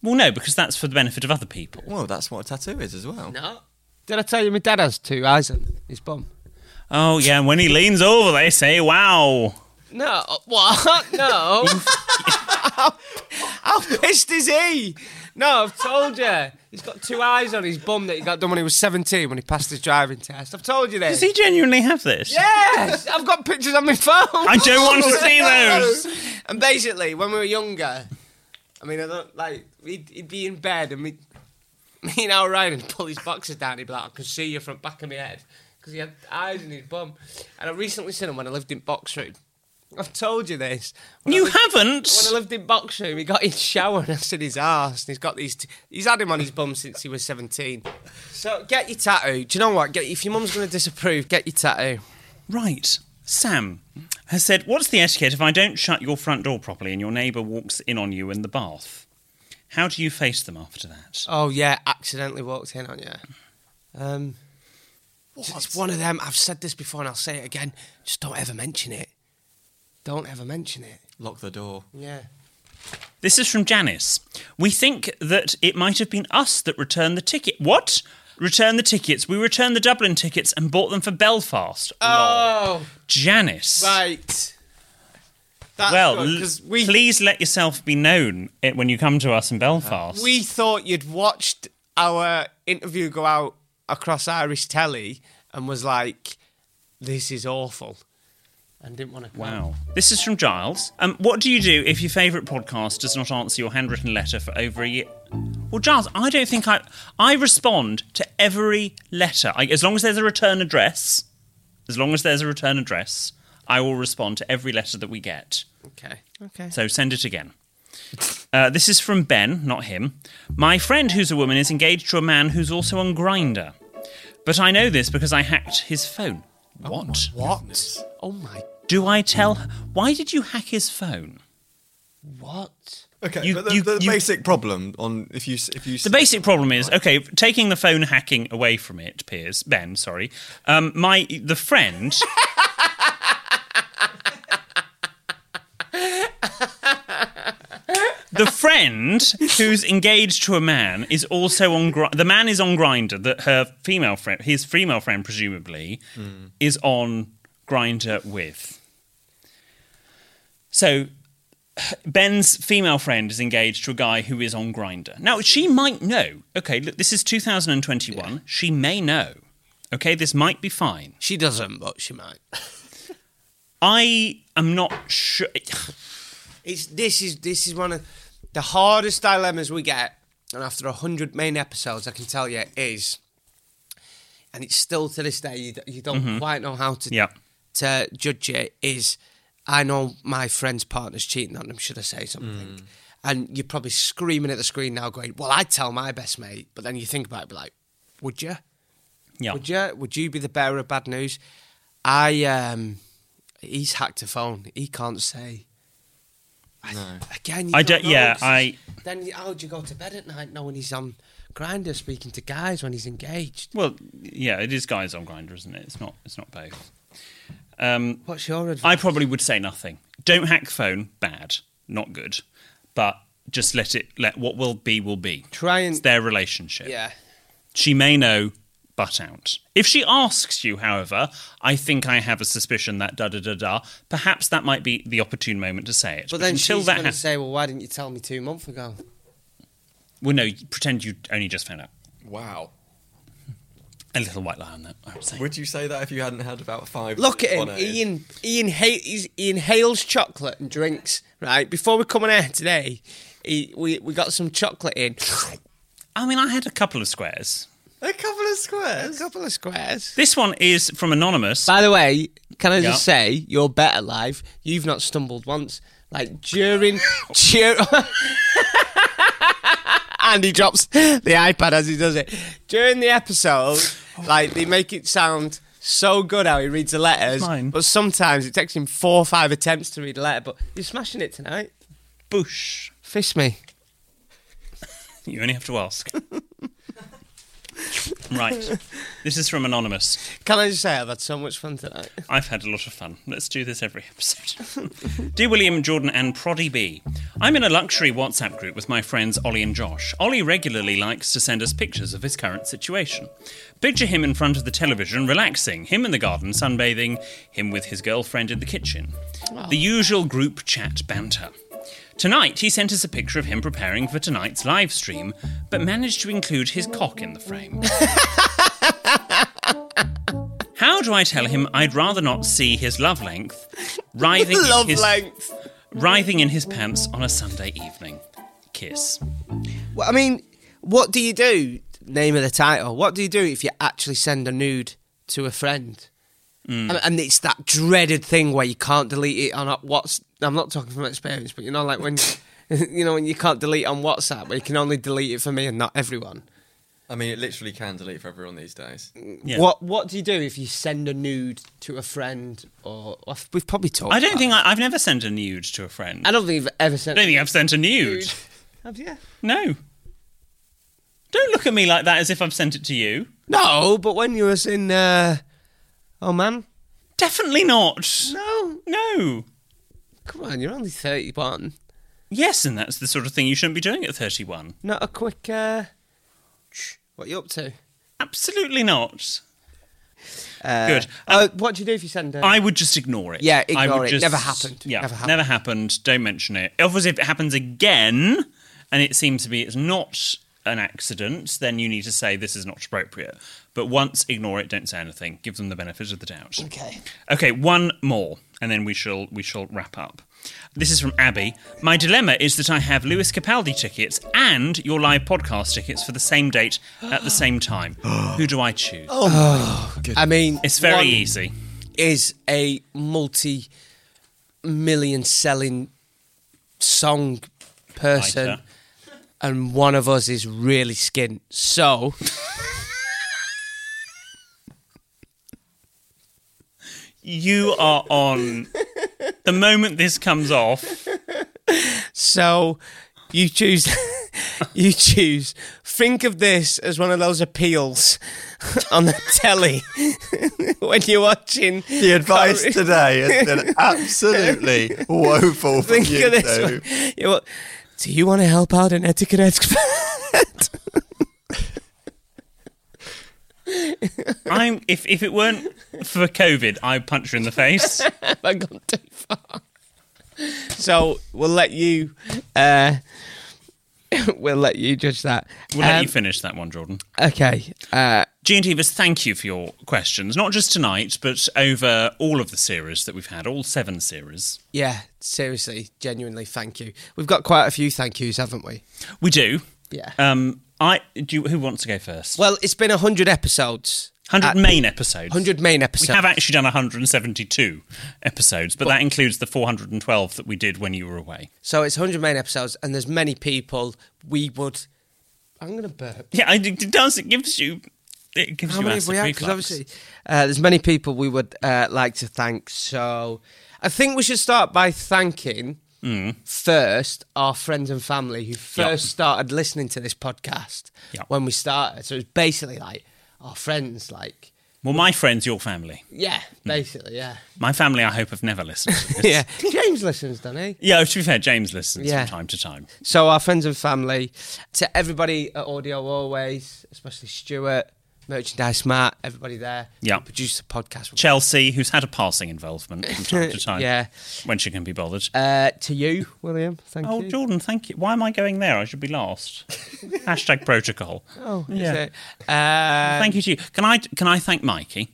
Speaker 3: Well, no, because that's for the benefit of other people.
Speaker 4: Well, that's what a tattoo is as well.
Speaker 2: No. Oh. Did I tell you my dad has two eyes on his bum?
Speaker 3: Oh, yeah, and when he leans over, they say, wow.
Speaker 2: No. What? No. How pissed is he? No, I've told you. He's got two eyes on his bum that he got done when he was 17 when he passed his driving test. I've told you this.
Speaker 3: Does he genuinely have this?
Speaker 2: Yes! I've got pictures on my phone.
Speaker 3: I don't want to see those.
Speaker 2: And basically, when we were younger, I mean, I don't like, he'd, he'd be in bed and we'd, me and our Ryan would pull his boxers down. He'd be like, I can see you from the back of my head because he had eyes in his bum. And I recently seen him when I lived in Boxroom. I've told you this. When I
Speaker 3: You
Speaker 2: lived- when I
Speaker 3: haven't?
Speaker 2: lived in Boxroom, he got his shower and I said his arse, and he's got these. T- he's had him on his bum since he was seventeen. So get your tattoo. Do you know what? Get if your mum's going to disapprove, get your tattoo.
Speaker 3: Right. Sam has said, What's the etiquette if I don't shut your front door properly and your neighbour walks in on you in the bath? How do you face them after that?
Speaker 2: Oh yeah, accidentally walked in on you. Um, it's one of them. I've said this before, and I'll say it again. Just don't ever mention it. Don't ever mention it.
Speaker 4: Lock the door.
Speaker 2: Yeah.
Speaker 3: This is from Janice. We think that it might have been us that returned the ticket. What? Return the tickets. We returned the Dublin tickets and bought them for Belfast. Lol.
Speaker 2: Oh
Speaker 3: Janice.
Speaker 2: right. That's
Speaker 3: well,
Speaker 2: good,
Speaker 3: l-
Speaker 2: Uh, 'cause we
Speaker 3: please let yourself be known eh, when you come to us in Belfast.
Speaker 2: We thought you'd watched our interview go out across Irish telly and was like, "This is awful," and didn't want to.
Speaker 3: Wow. This is from Giles. Um, what do you do if your favourite podcast does not answer your handwritten letter for over a year? Well, Giles, I don't think I. I respond to every letter. I, as long as there's a return address, as long as there's a return address, I will respond to every letter that we get.
Speaker 2: Okay. Okay.
Speaker 3: So send it again. Uh, this is from Ben, not him. My friend, who's a woman, is engaged to a man who's also on Grinder. But I know this because I hacked his phone. What?
Speaker 2: What? Oh my!
Speaker 3: Do I tell? Why did you hack his phone?
Speaker 2: What?
Speaker 4: Okay,
Speaker 3: You-
Speaker 4: but the,
Speaker 3: you-
Speaker 4: the
Speaker 3: you-
Speaker 4: basic problem um, on if you s- if you s-
Speaker 3: The basic problem is okay. Taking the phone hacking away from it, Piers Ben, sorry. Um, my the friend. The friend who's engaged to a man is also on Gri- the man is on Grinder. That her female friend, his female friend, presumably, is on Grinder with. So Ben's female friend is engaged to a guy who is on Grinder. Now she might know. Okay, look, this is 2021. She may know. Okay, this might be fine.
Speaker 2: She doesn't, but she might.
Speaker 3: I am not sure.
Speaker 2: It's this is this is one of the hardest dilemmas we get, and after hundred main episodes, I can tell you is and it's still to this day you, d- you don't
Speaker 3: Mhm.
Speaker 2: quite know how to
Speaker 3: Yeah.
Speaker 2: to judge it is I know my friend's partner's cheating on him. Should I say something? And you're probably screaming at the screen now, going, "Well, I'd tell my best mate," but then you think about it, be like, "Would you?
Speaker 3: Yeah.
Speaker 2: Would you? Would you be the bearer of bad news?" I um, he's hacked a phone. He can't say.
Speaker 4: No.
Speaker 2: Again, you
Speaker 3: I
Speaker 2: don't
Speaker 3: don't-
Speaker 2: know,
Speaker 3: yeah,
Speaker 2: 'cause
Speaker 3: I-
Speaker 2: Then you- how'd you go to bed at night knowing he's on grinder speaking to guys when he's engaged?
Speaker 3: Well, yeah, it is guys on Grinder, isn't it? It's not. It's not both. Um,
Speaker 2: What's your advice?
Speaker 3: I probably would say nothing. Don't hack phone. Bad. Not good. But just let it. Let what will be will be.
Speaker 2: Try and
Speaker 3: It's their relationship.
Speaker 2: yeah.
Speaker 3: She may know, but out. If she asks you, however, I think I have a suspicion that da da da da. Perhaps that might be the opportune moment to say it.
Speaker 2: But then
Speaker 3: until
Speaker 2: she's
Speaker 3: that
Speaker 2: going to
Speaker 3: happens,
Speaker 2: say, "Well, why didn't you tell me two months ago?"
Speaker 3: well, no, pretend you only just found out.
Speaker 4: Wow.
Speaker 3: A little white lie on that. I would say.
Speaker 4: Would you say that if you hadn't had about five?
Speaker 2: Look at him.
Speaker 4: on it?
Speaker 2: Ian, Ian, ha- he's, he inhales chocolate and drinks. Right before we come on air today, he, we we got some chocolate in.
Speaker 3: I mean, I had a couple of squares.
Speaker 4: A couple of
Speaker 2: A
Speaker 4: squares.
Speaker 2: couple of squares.
Speaker 3: This one is from anonymous.
Speaker 2: By the way, can I just
Speaker 3: Yeah.
Speaker 2: say, you're better live. You've not stumbled once. Like during, dur- and he drops the iPad as he does it during the episode. Like they make it sound so good how he reads the letters,
Speaker 3: Mine.
Speaker 2: but sometimes it takes him four or five attempts to read a letter. But you're smashing it tonight.
Speaker 3: Bush.
Speaker 2: Fist me.
Speaker 3: You only have to ask. right. This is from Anonymous.
Speaker 2: Can I just say I've had so much fun tonight?
Speaker 3: I've had a lot of fun. Let's do this every episode. Dear William, Jordan, and Proddy B, I'm in a luxury WhatsApp group with my friends Ollie and Josh. Ollie regularly likes to send us pictures of his current situation. Picture him in front of the television, relaxing, him in the garden, sunbathing, him with his girlfriend in the kitchen. The usual group chat banter. Tonight, he sent us a picture of him preparing for tonight's live stream, but managed to include his cock in the frame. How do I tell him I'd rather not see his love length writhing, in,
Speaker 2: Love
Speaker 3: his,
Speaker 2: length.
Speaker 3: writhing in his pants on a Sunday evening? Kiss.
Speaker 2: Well, I mean, what do you do? Name of the title. What do you do if you actually send a nude to a friend?
Speaker 3: Mm.
Speaker 2: And, and it's that dreaded thing where you can't delete it on a- what's. I'm not talking from experience, but you know, like when you know when you can't delete on WhatsApp, but you can only delete it for me and not everyone.
Speaker 4: I mean, it literally can delete for everyone these days.
Speaker 3: Yeah.
Speaker 2: What What do you do if you send a nude to a friend? Or I've- we've probably talked.
Speaker 3: I don't
Speaker 2: about
Speaker 3: think
Speaker 2: it.
Speaker 3: I, I've never sent a nude to a friend.
Speaker 2: I don't think you've ever
Speaker 3: I
Speaker 2: sent.
Speaker 3: don't think I've sent a nude.
Speaker 2: Have you?
Speaker 3: No. Don't look at me like that as if I've sent it to you.
Speaker 2: No, but when you was in, uh, oh man,
Speaker 3: Definitely not.
Speaker 2: no,
Speaker 3: No.
Speaker 2: come on, you're only thirty-one.
Speaker 3: Yes, and that's the sort of thing you shouldn't be doing at 31.
Speaker 2: Not a quick. Uh, shh, what are you up to?
Speaker 3: Absolutely not.
Speaker 2: Uh,
Speaker 3: Good.
Speaker 2: Uh, what do you do if you send? A,
Speaker 3: I would just ignore it.
Speaker 2: Yeah,
Speaker 3: I
Speaker 2: ignore
Speaker 3: would
Speaker 2: it. Never happened.
Speaker 3: Yeah,
Speaker 2: Never
Speaker 3: never
Speaker 2: happened.
Speaker 3: happened. Don't mention it. Obviously, if it happens again, and it seems to be it's not an accident, then you need to say this is not appropriate. But once, ignore it. Don't say anything. Give them the benefit of the doubt.
Speaker 2: okay.
Speaker 3: Okay, one more, and then we shall we shall wrap up. This is from Abby. My dilemma is that I have Lewis Capaldi tickets and your live podcast tickets for the same date at the same time. Who do I choose?
Speaker 2: I mean,
Speaker 3: it's very
Speaker 2: Oh, one
Speaker 3: easy.
Speaker 2: Is a multi-million selling song person,
Speaker 3: Writer.
Speaker 2: and one of us is really skint. So
Speaker 3: You are on. the moment this comes off,
Speaker 2: So you choose you choose think of this as one of those appeals on the telly when you're watching
Speaker 4: The advice
Speaker 2: Sorry.
Speaker 4: today has been absolutely woeful for
Speaker 2: think
Speaker 4: you
Speaker 2: of this
Speaker 4: two.
Speaker 2: one. You wa- do you want to help out an etiquette expert
Speaker 3: I'm if if it weren't for COVID, I'd punch her in the face.
Speaker 2: have I gone too far so we'll let you uh we'll let you judge that
Speaker 3: We'll let
Speaker 2: Um,
Speaker 3: you finish that one, Jordan.
Speaker 2: okay uh
Speaker 3: G and Divas, thank you for your questions, not just tonight, but over all of the series that we've had, all seven series.
Speaker 2: yeah seriously genuinely thank you we've got quite a few thank yous haven't we
Speaker 3: We do.
Speaker 2: Yeah.
Speaker 3: Um. I do. You, who wants to go first?
Speaker 2: Well, it's been 100 episodes,
Speaker 3: 100 main episodes.
Speaker 2: 100 main episodes.
Speaker 3: We have actually done 172 episodes, but, that includes the 412 that we did when you were away.
Speaker 2: So it's 100 main episodes, and there's many people we would. I'm going to burp.
Speaker 3: Yeah, I, it does. It gives you. It gives
Speaker 2: How
Speaker 3: you
Speaker 2: many have
Speaker 3: acid
Speaker 2: we had? Because
Speaker 3: reflux.
Speaker 2: obviously, uh, there's many people we would uh, like to thank. So I think we should start by thanking
Speaker 3: Mm.
Speaker 2: first our friends and family who first started listening to this podcast
Speaker 3: Yep.
Speaker 2: when we started. So it's basically like our friends, like
Speaker 3: Well, my friends, your family.
Speaker 2: yeah, basically yeah,
Speaker 3: My family, I hope, have never listened to this.
Speaker 2: yeah. James listens, doesn't he?
Speaker 3: Yeah, to be fair, James listens
Speaker 2: Yeah.
Speaker 3: from time to time.
Speaker 2: So our friends and family, to everybody at Audio Always, especially Stuart, Merchandise Matt, everybody there.
Speaker 3: Yeah.
Speaker 2: who produced the podcast.
Speaker 3: Chelsea, who's had a passing involvement from time to time.
Speaker 2: Yeah.
Speaker 3: When she can be bothered.
Speaker 2: Uh, to you, William. Thank
Speaker 3: oh,
Speaker 2: you.
Speaker 3: Jordan, thank you. Why am I going there? I should be last. Hashtag protocol.
Speaker 2: Oh, is
Speaker 3: Yeah.
Speaker 2: it? Uh,
Speaker 3: thank you to you. Can I can I thank Mikey,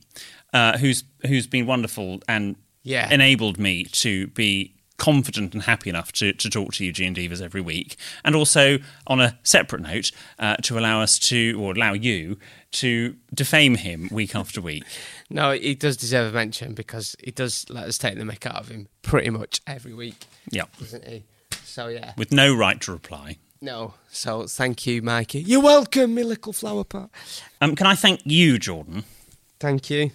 Speaker 3: uh, who's who's been wonderful and
Speaker 2: Yeah.
Speaker 3: enabled me to be confident and happy enough to, to talk to Eugene Divas every week, and also on a separate note uh, to allow us to or allow you to defame him week after week.
Speaker 2: No, he does deserve a mention because he does let us take the mick out of him pretty much every week,
Speaker 3: Yeah,
Speaker 2: doesn't he? So yeah,
Speaker 3: with no right to reply.
Speaker 2: no. So thank you, Mikey. You're welcome, me little flower pot.
Speaker 3: Um, can I thank you, Jordan?
Speaker 2: Thank you.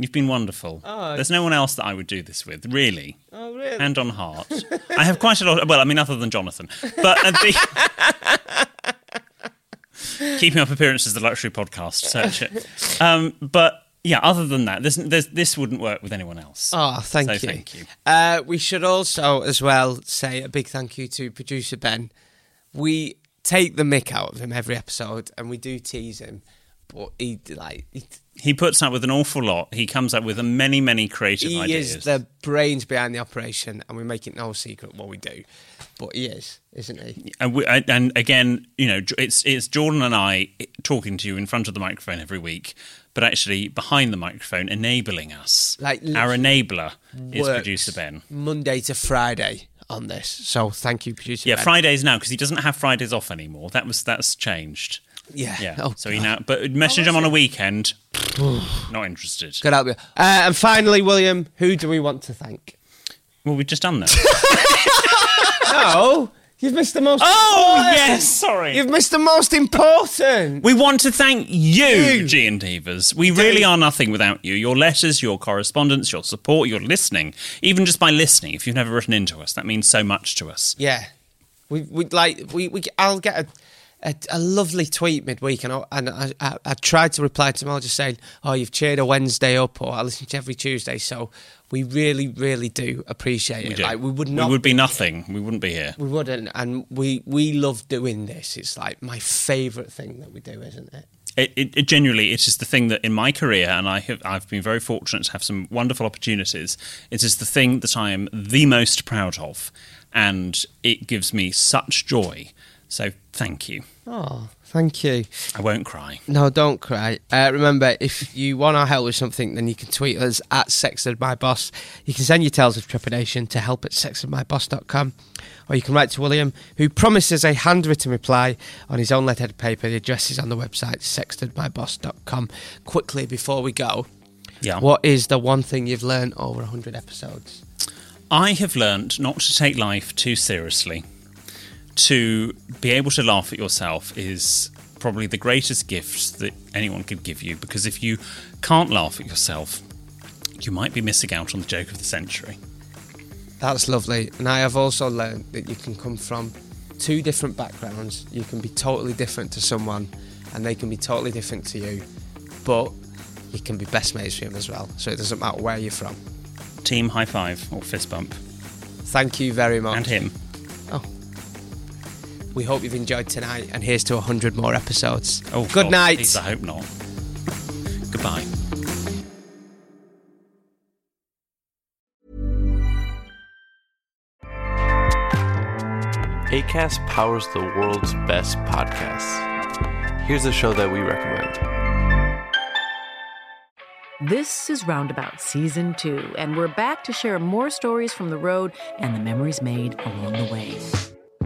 Speaker 3: You've been wonderful. There's no one else that I would do this with, really.
Speaker 2: Oh really?
Speaker 3: Hand on heart. I have quite a lot. Well, I mean, other than Jonathan, but uh, the, keeping up appearances, the luxury podcast. Search it. Um, but yeah, other than that, this this, this wouldn't work with anyone else.
Speaker 2: Oh, thank
Speaker 3: So
Speaker 2: you.
Speaker 3: thank you.
Speaker 2: Uh, we should also, as well, say a big thank you to producer Ben. We take the mick out of him every episode, and we do tease him, but he like he,
Speaker 3: He puts up with an awful lot. He comes up with many, many creative
Speaker 2: he
Speaker 3: ideas.
Speaker 2: is the brains behind the operation, and we make it no secret what we do. But he is, isn't he?
Speaker 3: and, we, and- and again, you know, J- it's it's Jordan and I talking to you in front of the microphone every week, but actually behind the microphone, enabling us.
Speaker 2: Like,
Speaker 3: our enabler is
Speaker 2: Works
Speaker 3: producer Ben.
Speaker 2: Monday to Friday on this. So thank you, producer.
Speaker 3: Yeah,
Speaker 2: ben.
Speaker 3: Fridays now because he doesn't have Fridays off anymore. That was that's changed.
Speaker 2: Yeah.
Speaker 3: Yeah.
Speaker 2: Oh,
Speaker 3: so he now, but message him on a weekend. not interested.
Speaker 2: Good help you. Uh, and finally, William, who do we want to thank?
Speaker 3: Well, we've just done that.
Speaker 2: no, Oh, you've missed the most.
Speaker 3: oh
Speaker 2: important.
Speaker 3: yes, sorry.
Speaker 2: You've missed the most important.
Speaker 3: we want to thank you,
Speaker 2: You.
Speaker 3: G and Divas. We really are nothing without you. Your letters, your correspondence, your support, your listening. Even just by listening, if you've never written into us, that means so much to us.
Speaker 2: Yeah, we we like we we. I'll get a a, a lovely tweet midweek, and I and I, I, I tried to reply to them all, just saying, "Oh, you've cheered a Wednesday up," or "I listen to you every Tuesday." So we really, really do appreciate it.
Speaker 3: do.
Speaker 2: Like we would not,
Speaker 3: we would be nothing. We wouldn't be here.
Speaker 2: we wouldn't, and we we love doing this. It's like my favorite thing that we do, isn't it?
Speaker 3: It, it, it genuinely, it is the thing that in my career, and I have, I've been very fortunate to have some wonderful opportunities. It is the thing that I am the most proud of, and it gives me such joy. So thank you.
Speaker 2: Oh, thank you.
Speaker 3: I won't cry.
Speaker 2: No, don't cry. Uh, remember, if you want our help with something, then you can tweet us at sexedmyboss. You can send your tales of trepidation to help at sexedmyboss.com. Or you can write to William, who promises a handwritten reply on his own letterhead paper. The address is on the website, sextedmyboss.com. Quickly, before we go,
Speaker 3: Yeah.
Speaker 2: what is the one thing you've learned over 100 episodes?
Speaker 3: I have learned not to take life too seriously. To be able to laugh at yourself is probably the greatest gift that anyone could give you because if you can't laugh at yourself, you might be missing out on the joke of the century.
Speaker 2: That's lovely. And I have also learned that you can come from two different backgrounds. You can be totally different to someone, and they can be totally different to you. But you can be best mates with them as well. So it doesn't matter where you're from.
Speaker 3: Team high five or fist bump.
Speaker 2: Thank you very much.
Speaker 3: And him.
Speaker 2: Oh. We hope you've enjoyed tonight, and here's to 100 more episodes.
Speaker 3: Oh,
Speaker 2: good
Speaker 3: God,
Speaker 2: night.
Speaker 3: please, I hope not. Goodbye.
Speaker 7: ACAST powers the world's best podcasts. Here's a show that we recommend.
Speaker 8: This is Roundabout Season 2, and we're back to share more stories from the road and the memories made along the way.